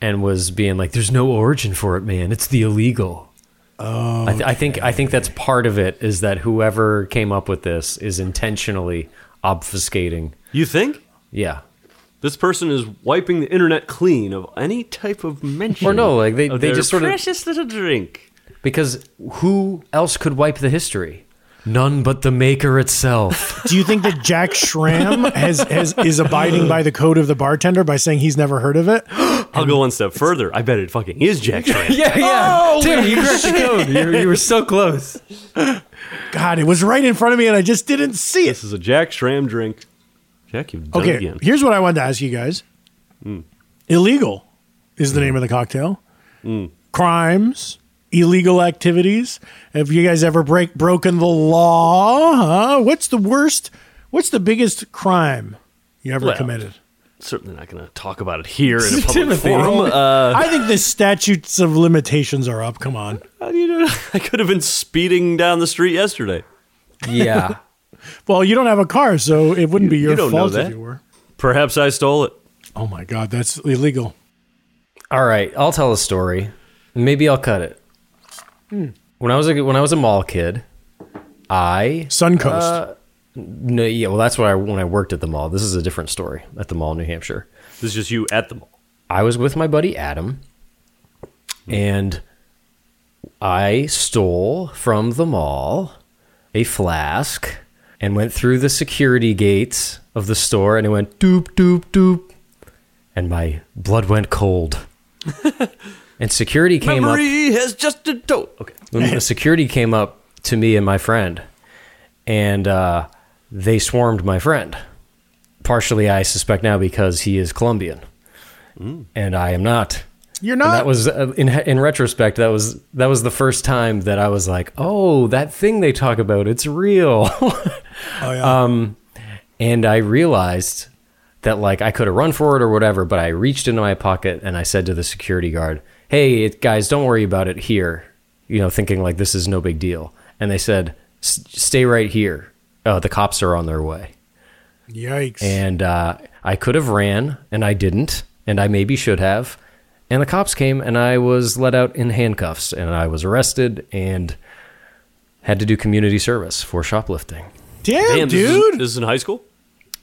and was being like, "There's no origin for it, man. It's the illegal." Oh, I, th- I think I think that's part of it is that whoever came up with this is intentionally obfuscating.
You think?
Yeah,
This person is wiping the internet clean of any type of mention.
Or no, like, they-
of
they
their
just sort of-
precious little drink.
because who else could wipe the history? None but the maker itself.
Do you think that Jack Schramm has, has is abiding by the code of the bartender by saying he's never heard of it? [GASPS]
I'll go one step further. I bet it fucking
[LAUGHS]
is Jack
[LAUGHS]
Tran.
yeah, yeah. Tim, you cracked the code. You, you were so close.
God, it was right in front of me and I just didn't see it.
This is a Jack Shram drink. Jack, you've done it
Okay,
again. Hmm.
here's what I wanted to ask you guys.
Hmm.
Illegal is the name of the cocktail. Crimes illegal activities? Have you guys ever break broken the law? Huh? What's the worst? What's the biggest crime you ever
Well,
committed?
Certainly not going to talk about it
[LAUGHS]
here in a public
Timothy.
forum. Uh,
I think the statutes of limitations are up. Come on.
how do you know? [LAUGHS] I could have been speeding down the street yesterday.
Yeah.
Well, you don't have a car, so it wouldn't be your
don't know
fault
that.
if you were.
Perhaps I stole it.
Oh my God, that's illegal.
All right, I'll tell a story. Maybe I'll cut it. Hmm. When I was a when I was a mall kid, I uh,
Suncoast.
Uh,
no yeah well that's what I when I worked at the mall. This is a different story at the mall in New Hampshire.
This is just you at the mall.
I was with my buddy Adam, and I stole from the mall a flask and went through the security gates of the store, and it went doop doop doop, and my blood went cold. and security came up.
Memory has just a dope. Okay.
when the security came up to me and my friend, and uh, they swarmed my friend. Partially, I suspect now because he is Colombian, and I am not.
You're
And
not.
that was uh, in in retrospect. That was that was the first time that I was like, "Oh, that thing they talk about, it's real." [LAUGHS]
oh,
uh,
yeah.
Um, and I realized that like I could have run for it or whatever, but I reached into my pocket and I said to the security guard, "Hey, it, guys, don't worry about it here." You know, thinking like this is no big deal, and they said, "S- "Stay right here. Uh, the cops are on their way."
Yikes.
And uh, I could have ran, and I didn't, and I maybe should have. And the cops came, and I was let out in handcuffs, and I was arrested, and had to do community service for shoplifting.
Damn,
Damn, this is-
dude.
this is in high school?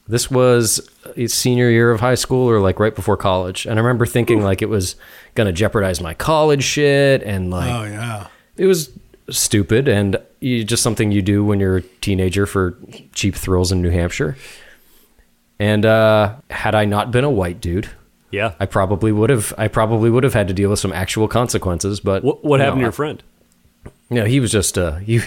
This was its senior year of high school or like right before college. And I remember thinking like it was going to jeopardize my college shit and like
oh, yeah.
it was stupid and you, just something you do when you're a teenager for cheap thrills in New Hampshire. And uh, had I not been a white dude,
Yeah.
I probably would have I probably would have had to deal with some actual consequences, but
what what
you
happened to
know,
your friend?
no, he was just uh, [LAUGHS] he,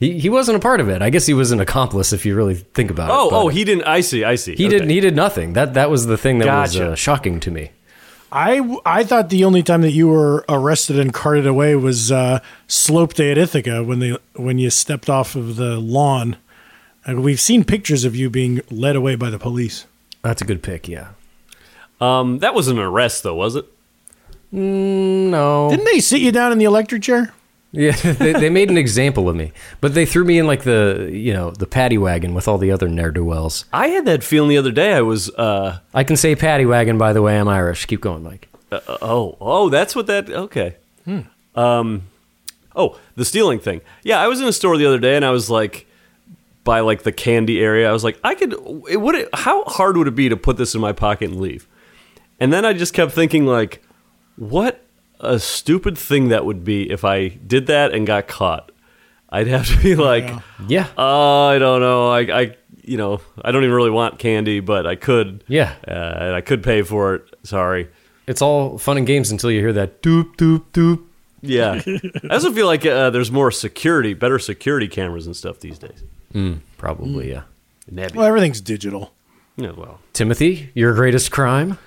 he he wasn't a part of it. I guess he was an accomplice if you really think about it.
Oh,
but-
oh, he didn't. I see, I see.
he
Okay.
didn't. He did nothing. That that was the thing that was
Gotcha.
uh, shocking to me.
I, w- I thought the only time that you were arrested and carted away was uh, Slope Day at Ithaca when they when you stepped off of the lawn. And we've seen pictures of you being led away by the police.
That's a good pick. Yeah.
Um, that was an arrest, though, was it?
Mm, No.
Didn't they sit you down in the electric chair?
[LAUGHS] Yeah. They, they made an example of me, but they threw me in like the you know the paddy wagon with all the other ne'er do wells.
I had that feeling the other day. I was, uh,
I can say paddy wagon. By the way, I'm Irish. Keep going, Mike.
oh, oh, that's what that. Okay. Um, oh, the stealing thing. Yeah, I was in a store the other day, and I was like, by like the candy area, I was like, I could. It would. It, how hard would it be to put this in my pocket and leave? And then I just kept thinking, like, what a stupid thing that would be if I did that and got caught. I'd have to be like.
Yeah.
Uh, I don't know. I, I, you know, I don't even really want candy, but I could.
Yeah.
Uh, and I could pay for it. Sorry.
it's all fun and games until you hear that doop doop doop.
Yeah. I also feel like uh, there's more security, better security cameras and stuff these days.
Probably. Yeah.
And that'd be-
Well, everything's digital.
yeah, well,
Timothy, your greatest crime.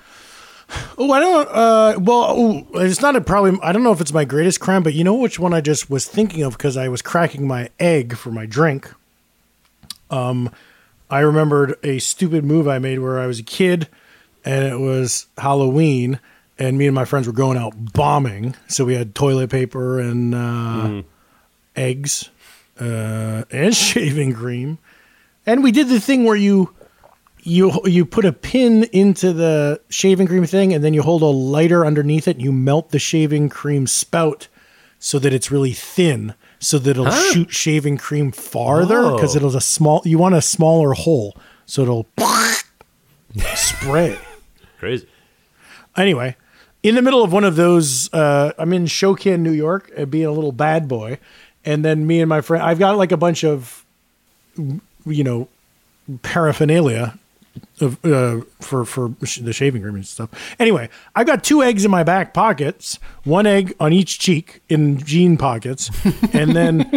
Oh, I don't. Uh, well, ooh, it's not a problem. I don't know if it's my greatest crime, but you know which one I just was thinking of because I was cracking my egg for my drink. Um, I remembered a stupid move I made where I was a kid, and it was Halloween, and me and my friends were going out bombing. So we had toilet paper and uh, eggs uh, and [LAUGHS] shaving cream, and we did the thing where you you you put a pin into the shaving cream thing and then you hold a lighter underneath it and you melt the shaving cream spout so that it's really thin so that it'll shoot shaving cream farther because it'll a small you want a smaller hole so it'll [LAUGHS] spray
crazy.
anyway, in the middle of one of those, uh, I'm in Shokan, New York, uh, being a little bad boy, and then me and my friend, I've got like a bunch of, you know, paraphernalia of uh, for for sh- the shaving cream and stuff. Anyway, I've got two eggs in my back pockets, one egg on each cheek in jean pockets, and then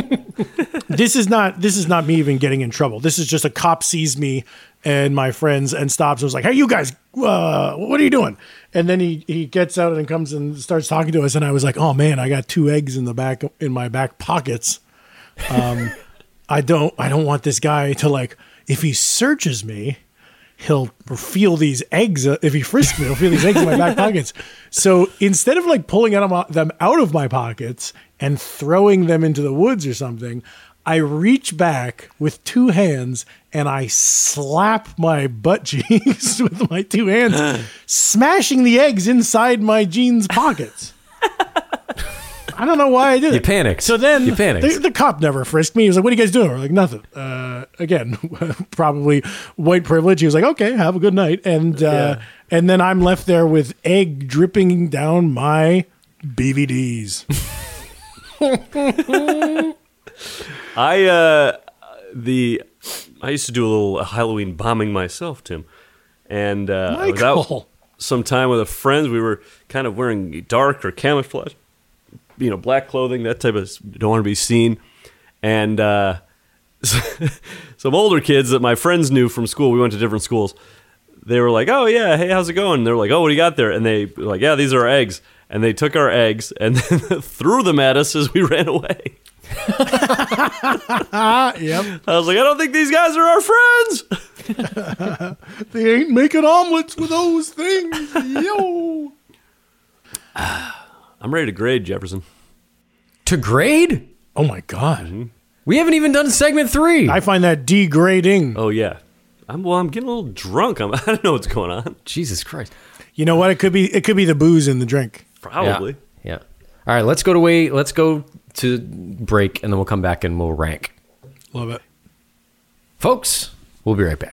this is not this is not me even getting in trouble. This is just a cop sees me and my friends and stops. and was like, "Hey, you guys, uh, what are you doing?" And then he he gets out and comes and starts talking to us. And I was like, "Oh man, I got two eggs in the back in my back pockets. Um, I don't I don't want this guy to like if he searches me." he'll feel these eggs uh, if he frisks me. He'll feel these eggs in my back pockets. So instead of like pulling out of my- them out of my pockets and throwing them into the woods or something, I reach back with two hands and I slap my butt [LAUGHS] cheeks with my two hands, smashing the eggs inside my jeans pockets. I don't know why I did it.
You panicked.
So then
You panicked.
the- the cop never frisked me. He was like, "What are you guys doing?" We're like, "Nothing." Uh, again, [LAUGHS] probably white privilege. He was like, "Okay, have a good night," and uh, and then I'm left there with egg dripping down my [LAUGHS] BVDs.
I uh the I used to do a little Halloween bombing myself, Tim. And uh I was out
Michael.
some time with a friend. We were kind of wearing dark or camouflage, you know, black clothing, that type of s- don't want to be seen. And uh [LAUGHS] some older kids that my friends knew from school, we went to different schools. They were like, "Oh yeah, hey, how's it going?" They're like, "Oh, what do you got there?" And they were like, "Yeah, these are our eggs." And they took our eggs and [LAUGHS] then threw them at us as we [LAUGHS] ran away.
Ah, yep,
I was like, I don't think these guys are our friends.
they ain't making omelets with those things, yo.
[LAUGHS] I'm ready to grade Jefferson.
To grade?
Oh my god,
We haven't even done segment three.
I find that degrading.
Oh yeah, I'm well. I'm getting a little drunk. I'm, [LAUGHS] I don't know what's going on.
Jesus Christ.
You know what? It could be it could be the booze in the drink.
Probably.
Yeah. All right, let's go to wait. Let's go to break, and then we'll come back and we'll rank,
Love it.
folks. We'll be right back.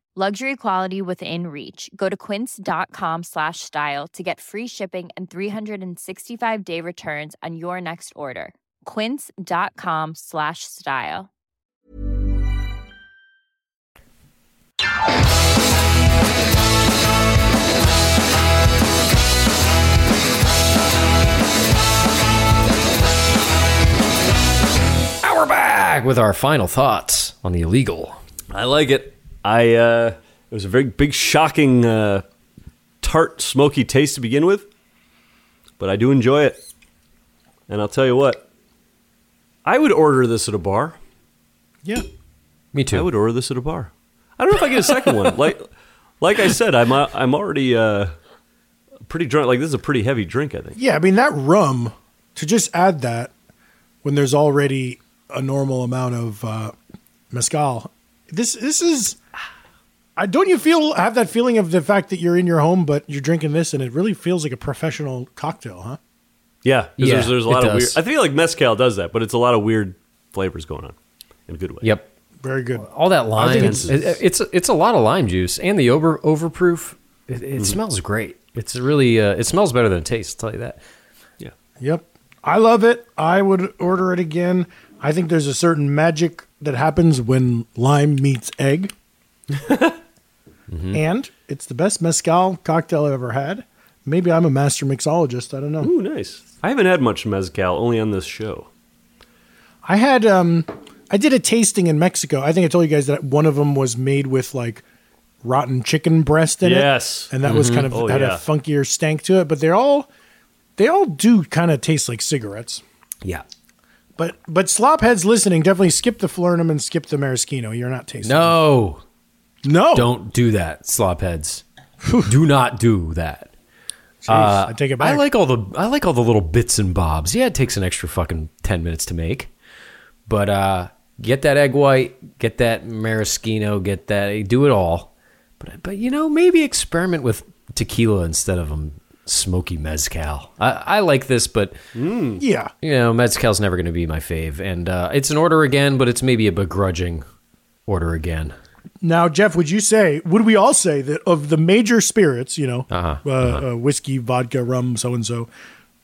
Luxury quality within reach. Go to quince.com slash style to get free shipping and 365 day returns on your next order. Quince.com slash style.
Now we're back with our final thoughts on the illegal.
I like it. I uh, it was a very big, shocking, uh, tart, smoky taste to begin with, but I do enjoy it. And I'll tell you what, I would order this at a bar.
Yeah.
Me too.
I would order this at a bar. I don't know if I get a second [LAUGHS] one. Like, like I said, I'm uh, I'm already uh, pretty drunk. Like this is a pretty heavy drink. I think.
Yeah, I mean that rum to just add that when there's already a normal amount of uh, mezcal. This this is. I don't you feel have that feeling of the fact that you're in your home but you're drinking this and it really feels like a professional cocktail, huh?
Yeah, 'cause
Yeah,
there's, there's a lot
it
of weird.
does.
I feel like mezcal does that, but it's a lot of weird flavors going on in a good way.
Yep.
Very good.
All that lime. It's,
it's-
it's it's a lot of lime juice, and the over overproof. It,
Mm-hmm.
it smells great. It's really uh, it smells better than it tastes. I'll tell you that.
Yeah.
Yep. I love it. I would order it again. I think there's
[LAUGHS]
a certain magic that happens when lime meets egg.
Mm-hmm.
and it's the best mezcal cocktail I've ever had. Maybe I'm a master mixologist. I don't know.
Ooh, nice. I haven't had much mezcal, only on this show.
I had um I did a tasting in Mexico. I think I told you guys that one of them was made with like rotten chicken breast in it.
Yes.
And that was
Mhm.
kind of
Oh,
had
yeah.
a funkier stank to it, but they're all they all do kind of taste like cigarettes.
Yeah.
But but slopheads listening, definitely skip the Flurnum and skip the maraschino. You're not tasting.
No.
No.
Don't do that, slopheads. do not do that.
Jeez, I take it back.
uh, I like all the I like all the little bits and bobs. Yeah, it takes an extra fucking ten minutes to make, but uh, get that egg white, get that maraschino, get that do it all. But but you know maybe experiment with tequila instead of um smoky mezcal. I, I like this, but
Yeah.
you know mezcal's never going to be my fave, and uh, it's an order again, but it's maybe a begrudging order again.
Now, Jeff, would you say, would we all say that of the major spirits, you know, uh
Uh-huh,
uh, whiskey, vodka, rum, so and so,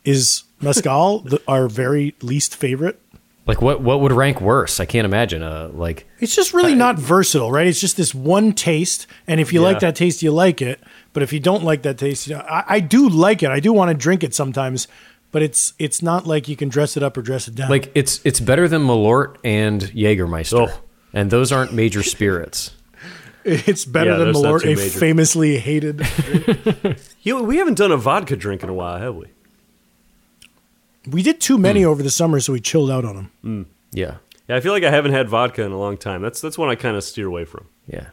is
[LAUGHS]
mezcal the, our very least favorite?
Like what what would rank worse? I can't imagine. Uh, like
It's just really not versatile, right? It's just this one taste, and if you like
Yeah.
that taste, you like it. But if you don't like that taste, you know, I, I do like it. I do want to drink it sometimes, but it's it's not like you can dress it up or dress it down.
[LAUGHS] Like it's it's better than Malort and Jägermeister, and those aren't major spirits.
it's better
Yeah,
than
that's not
Malort,
too
a
major.
famously
[LAUGHS]
hated.
You know, we haven't done a vodka drink in a while, have we?
we did too many
Hmm.
over the summer, so we chilled out on them.
Yeah.
Yeah, I feel like I haven't had vodka in a long time. That's that's one I kind of steer away from.
Yeah.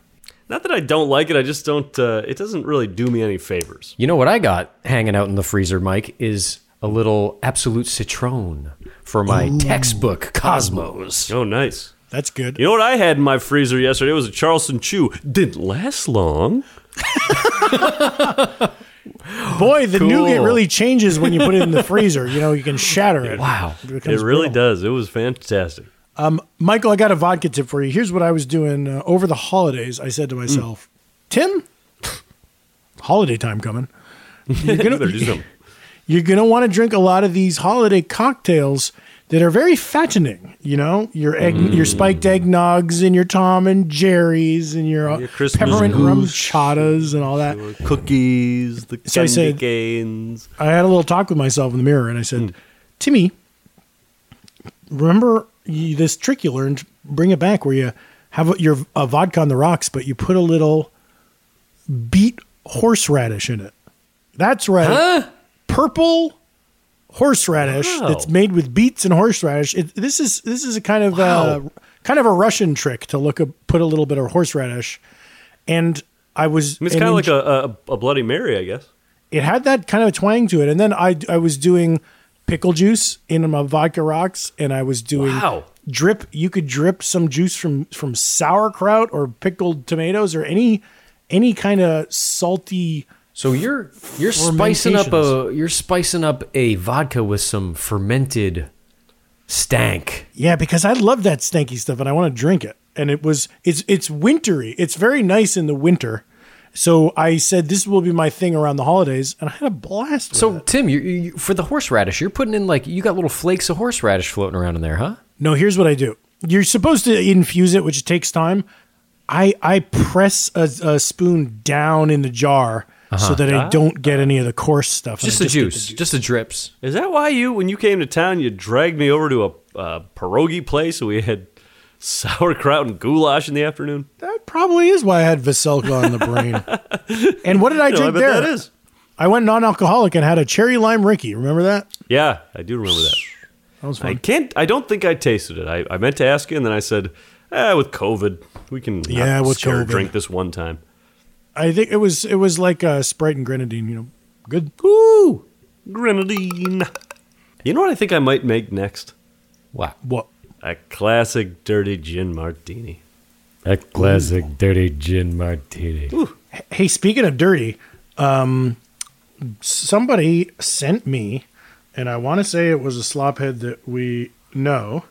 Not that I don't like it, I just don't. Uh, it doesn't really do me any favors.
You know what I got hanging out in the freezer, Mike, is a little absolute citron for my
Ooh.
textbook Cosmos.
Oh, nice.
That's good.
You know what I had in my freezer yesterday was a Charleston Chew. Didn't last long.
[GASPS] Boy, the
Cool.
nougat really changes when you put
[LAUGHS]
it in the freezer. You know, you can shatter it.
Wow.
It,
becomes
really
brittle.
does. It was fantastic.
Um, Michael, I got a vodka tip for you. Here's what I was doing uh, over the holidays. I
Hmm.
said to myself, Tim, [SNIFFS] holiday
[LAUGHS]
time coming. You're gonna,
Better do
[LAUGHS]
something.
you're gonna want to drink a lot of these holiday cocktails that are very fattening. You know, your egg,
Mm.
your spiked eggnogs, and your Tom and Jerry's, and your, uh,
Christmas
peppermint rum
goose.
chatas, and all that.
Cookies, the
So I
candy
said-
canes.
I had a little talk with myself in the mirror, and I said, "Timmy, remember you, this trick you learned? Bring it back, where you have a, your a vodka on the rocks, but you put a little beet horseradish in it. That's right, purple horseradish
Oh.
Wow.
that's made with beets and horseradish. It, this is this is a kind of uh, kind of a Russian trick to look a, put a little bit of horseradish, and." I
I
was.
mean, it's
and
kind of
in-
like a, a, a Bloody Mary, I guess.
it had that kind of twang to it. And then I I was doing pickle juice in my vodka rocks, and I was doing
Wow.
drip. You could drip some juice from from sauerkraut or pickled tomatoes or any any kind of salty.
So you're You're spicing up
fermentations.
a you're spicing up a vodka with some fermented stank.
yeah because I love that stanky stuff and I want to drink it. And it was it's it's wintry. It's very nice in the winter. So I said this will be my thing around the holidays, and I had a blast. With
So Tim, you, you for the horseradish, you're putting in like you got little flakes of horseradish floating around in there, huh?
No, here's what I do. You're supposed to infuse it, which takes time. I I press a, a spoon down in the jar so
Uh-huh.
that I
Ah.
don't get any of the coarse stuff.
Just
I
the juice, just the drips.
Is that why you, when you came to town, you dragged me over to a uh, pierogi place? We had sauerkraut and goulash in the afternoon.
That probably is why I had Veselka on the
[LAUGHS]
brain. and what did I
You know,
drink
I bet
there?
that is.
I went non-alcoholic and had a cherry lime Ricky. Remember that?
Yeah, I do remember that.
That was
I
fun.
can't. I don't think I tasted it. I, I meant to ask you, and then I said, eh, with COVID, we can not
Yeah, with
share a
COVID.
drink this one time."
I think it was it was like uh, Sprite and grenadine. You know, good.
Ooh, grenadine. You know what I think I might make next?
What?
What?
A classic dirty gin martini.
A classic dirty gin martini.
Hey, speaking of dirty, um, somebody sent me, and I want to say it was a slophead that we know,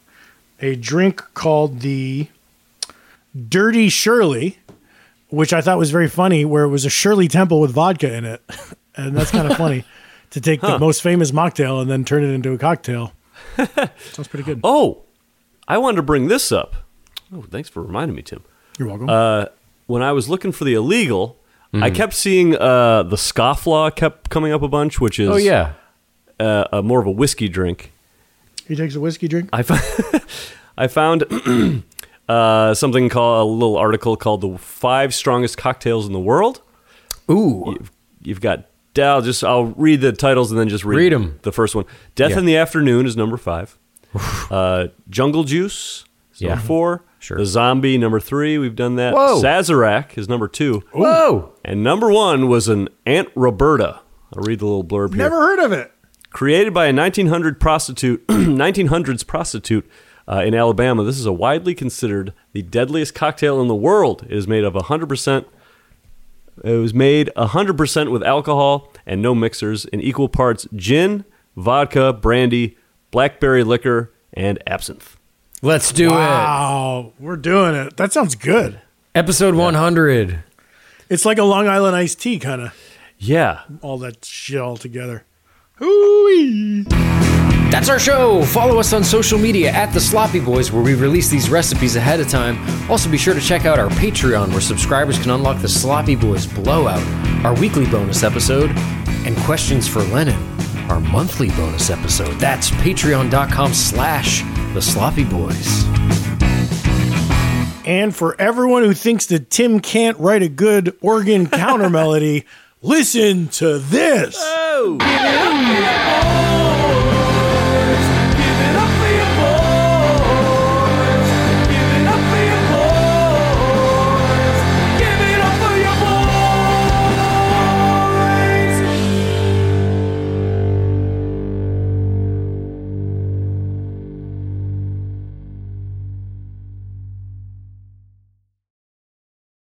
a drink called the Dirty Shirley, which I thought was very funny, where it was a Shirley Temple with vodka in it. [LAUGHS] And that's kind
[LAUGHS]
of funny to take the
Huh.
most famous mocktail and then turn it into
[LAUGHS]
a cocktail. Sounds pretty good.
Oh, I wanted to bring this up. Oh, thanks for reminding me, Tim.
You're welcome.
Uh, when I was looking for the illegal, I
Mm-hmm.
kept seeing uh, the scofflaw kept coming up a bunch, which is
Oh, yeah.
uh, a more of a whiskey drink.
He takes a whiskey drink.
I found, [LAUGHS] I found [CLEARS THROAT] uh, something called a little article called "The Five Strongest Cocktails in the World."
Ooh,
you've, you've got Dow. Just I'll read the titles and then just read,
Read 'em.
The first one, "Death
Yeah.
in the Afternoon," is number five. uh, Jungle Juice is
Yeah.
number four. Sure. The Zombie number three. We've done that.
Whoa.
Sazerac is number two.
Whoa.
And number one was an Aunt Roberta. I'll read the little blurb here
Never heard of it.
created by a 1900 prostitute [CLEARS THROAT] 1900s prostitute uh, in Alabama. This is a widely considered the deadliest cocktail in the world. It is made of 100% it was made 100% with alcohol and no mixers in equal parts gin, vodka, brandy, blackberry liquor, and absinthe.
Let's do
Wow, Oh, we're doing it. That sounds good.
Episode 100.
It's like a Long Island iced tea kind of
Yeah.
all that shit all together.
That's our show. Follow us on social media at The Sloppy Boys, where we release these recipes ahead of time. Also, be sure to check out our Patreon, where subscribers can unlock The Sloppy Boys Blowout, our weekly bonus episode, and Questions for Lennon, our monthly bonus episode. That's patreon.com slash The Sloppy Boys.
And for everyone who thinks that Tim can't write a good organ counter melody, listen to this.
Oh!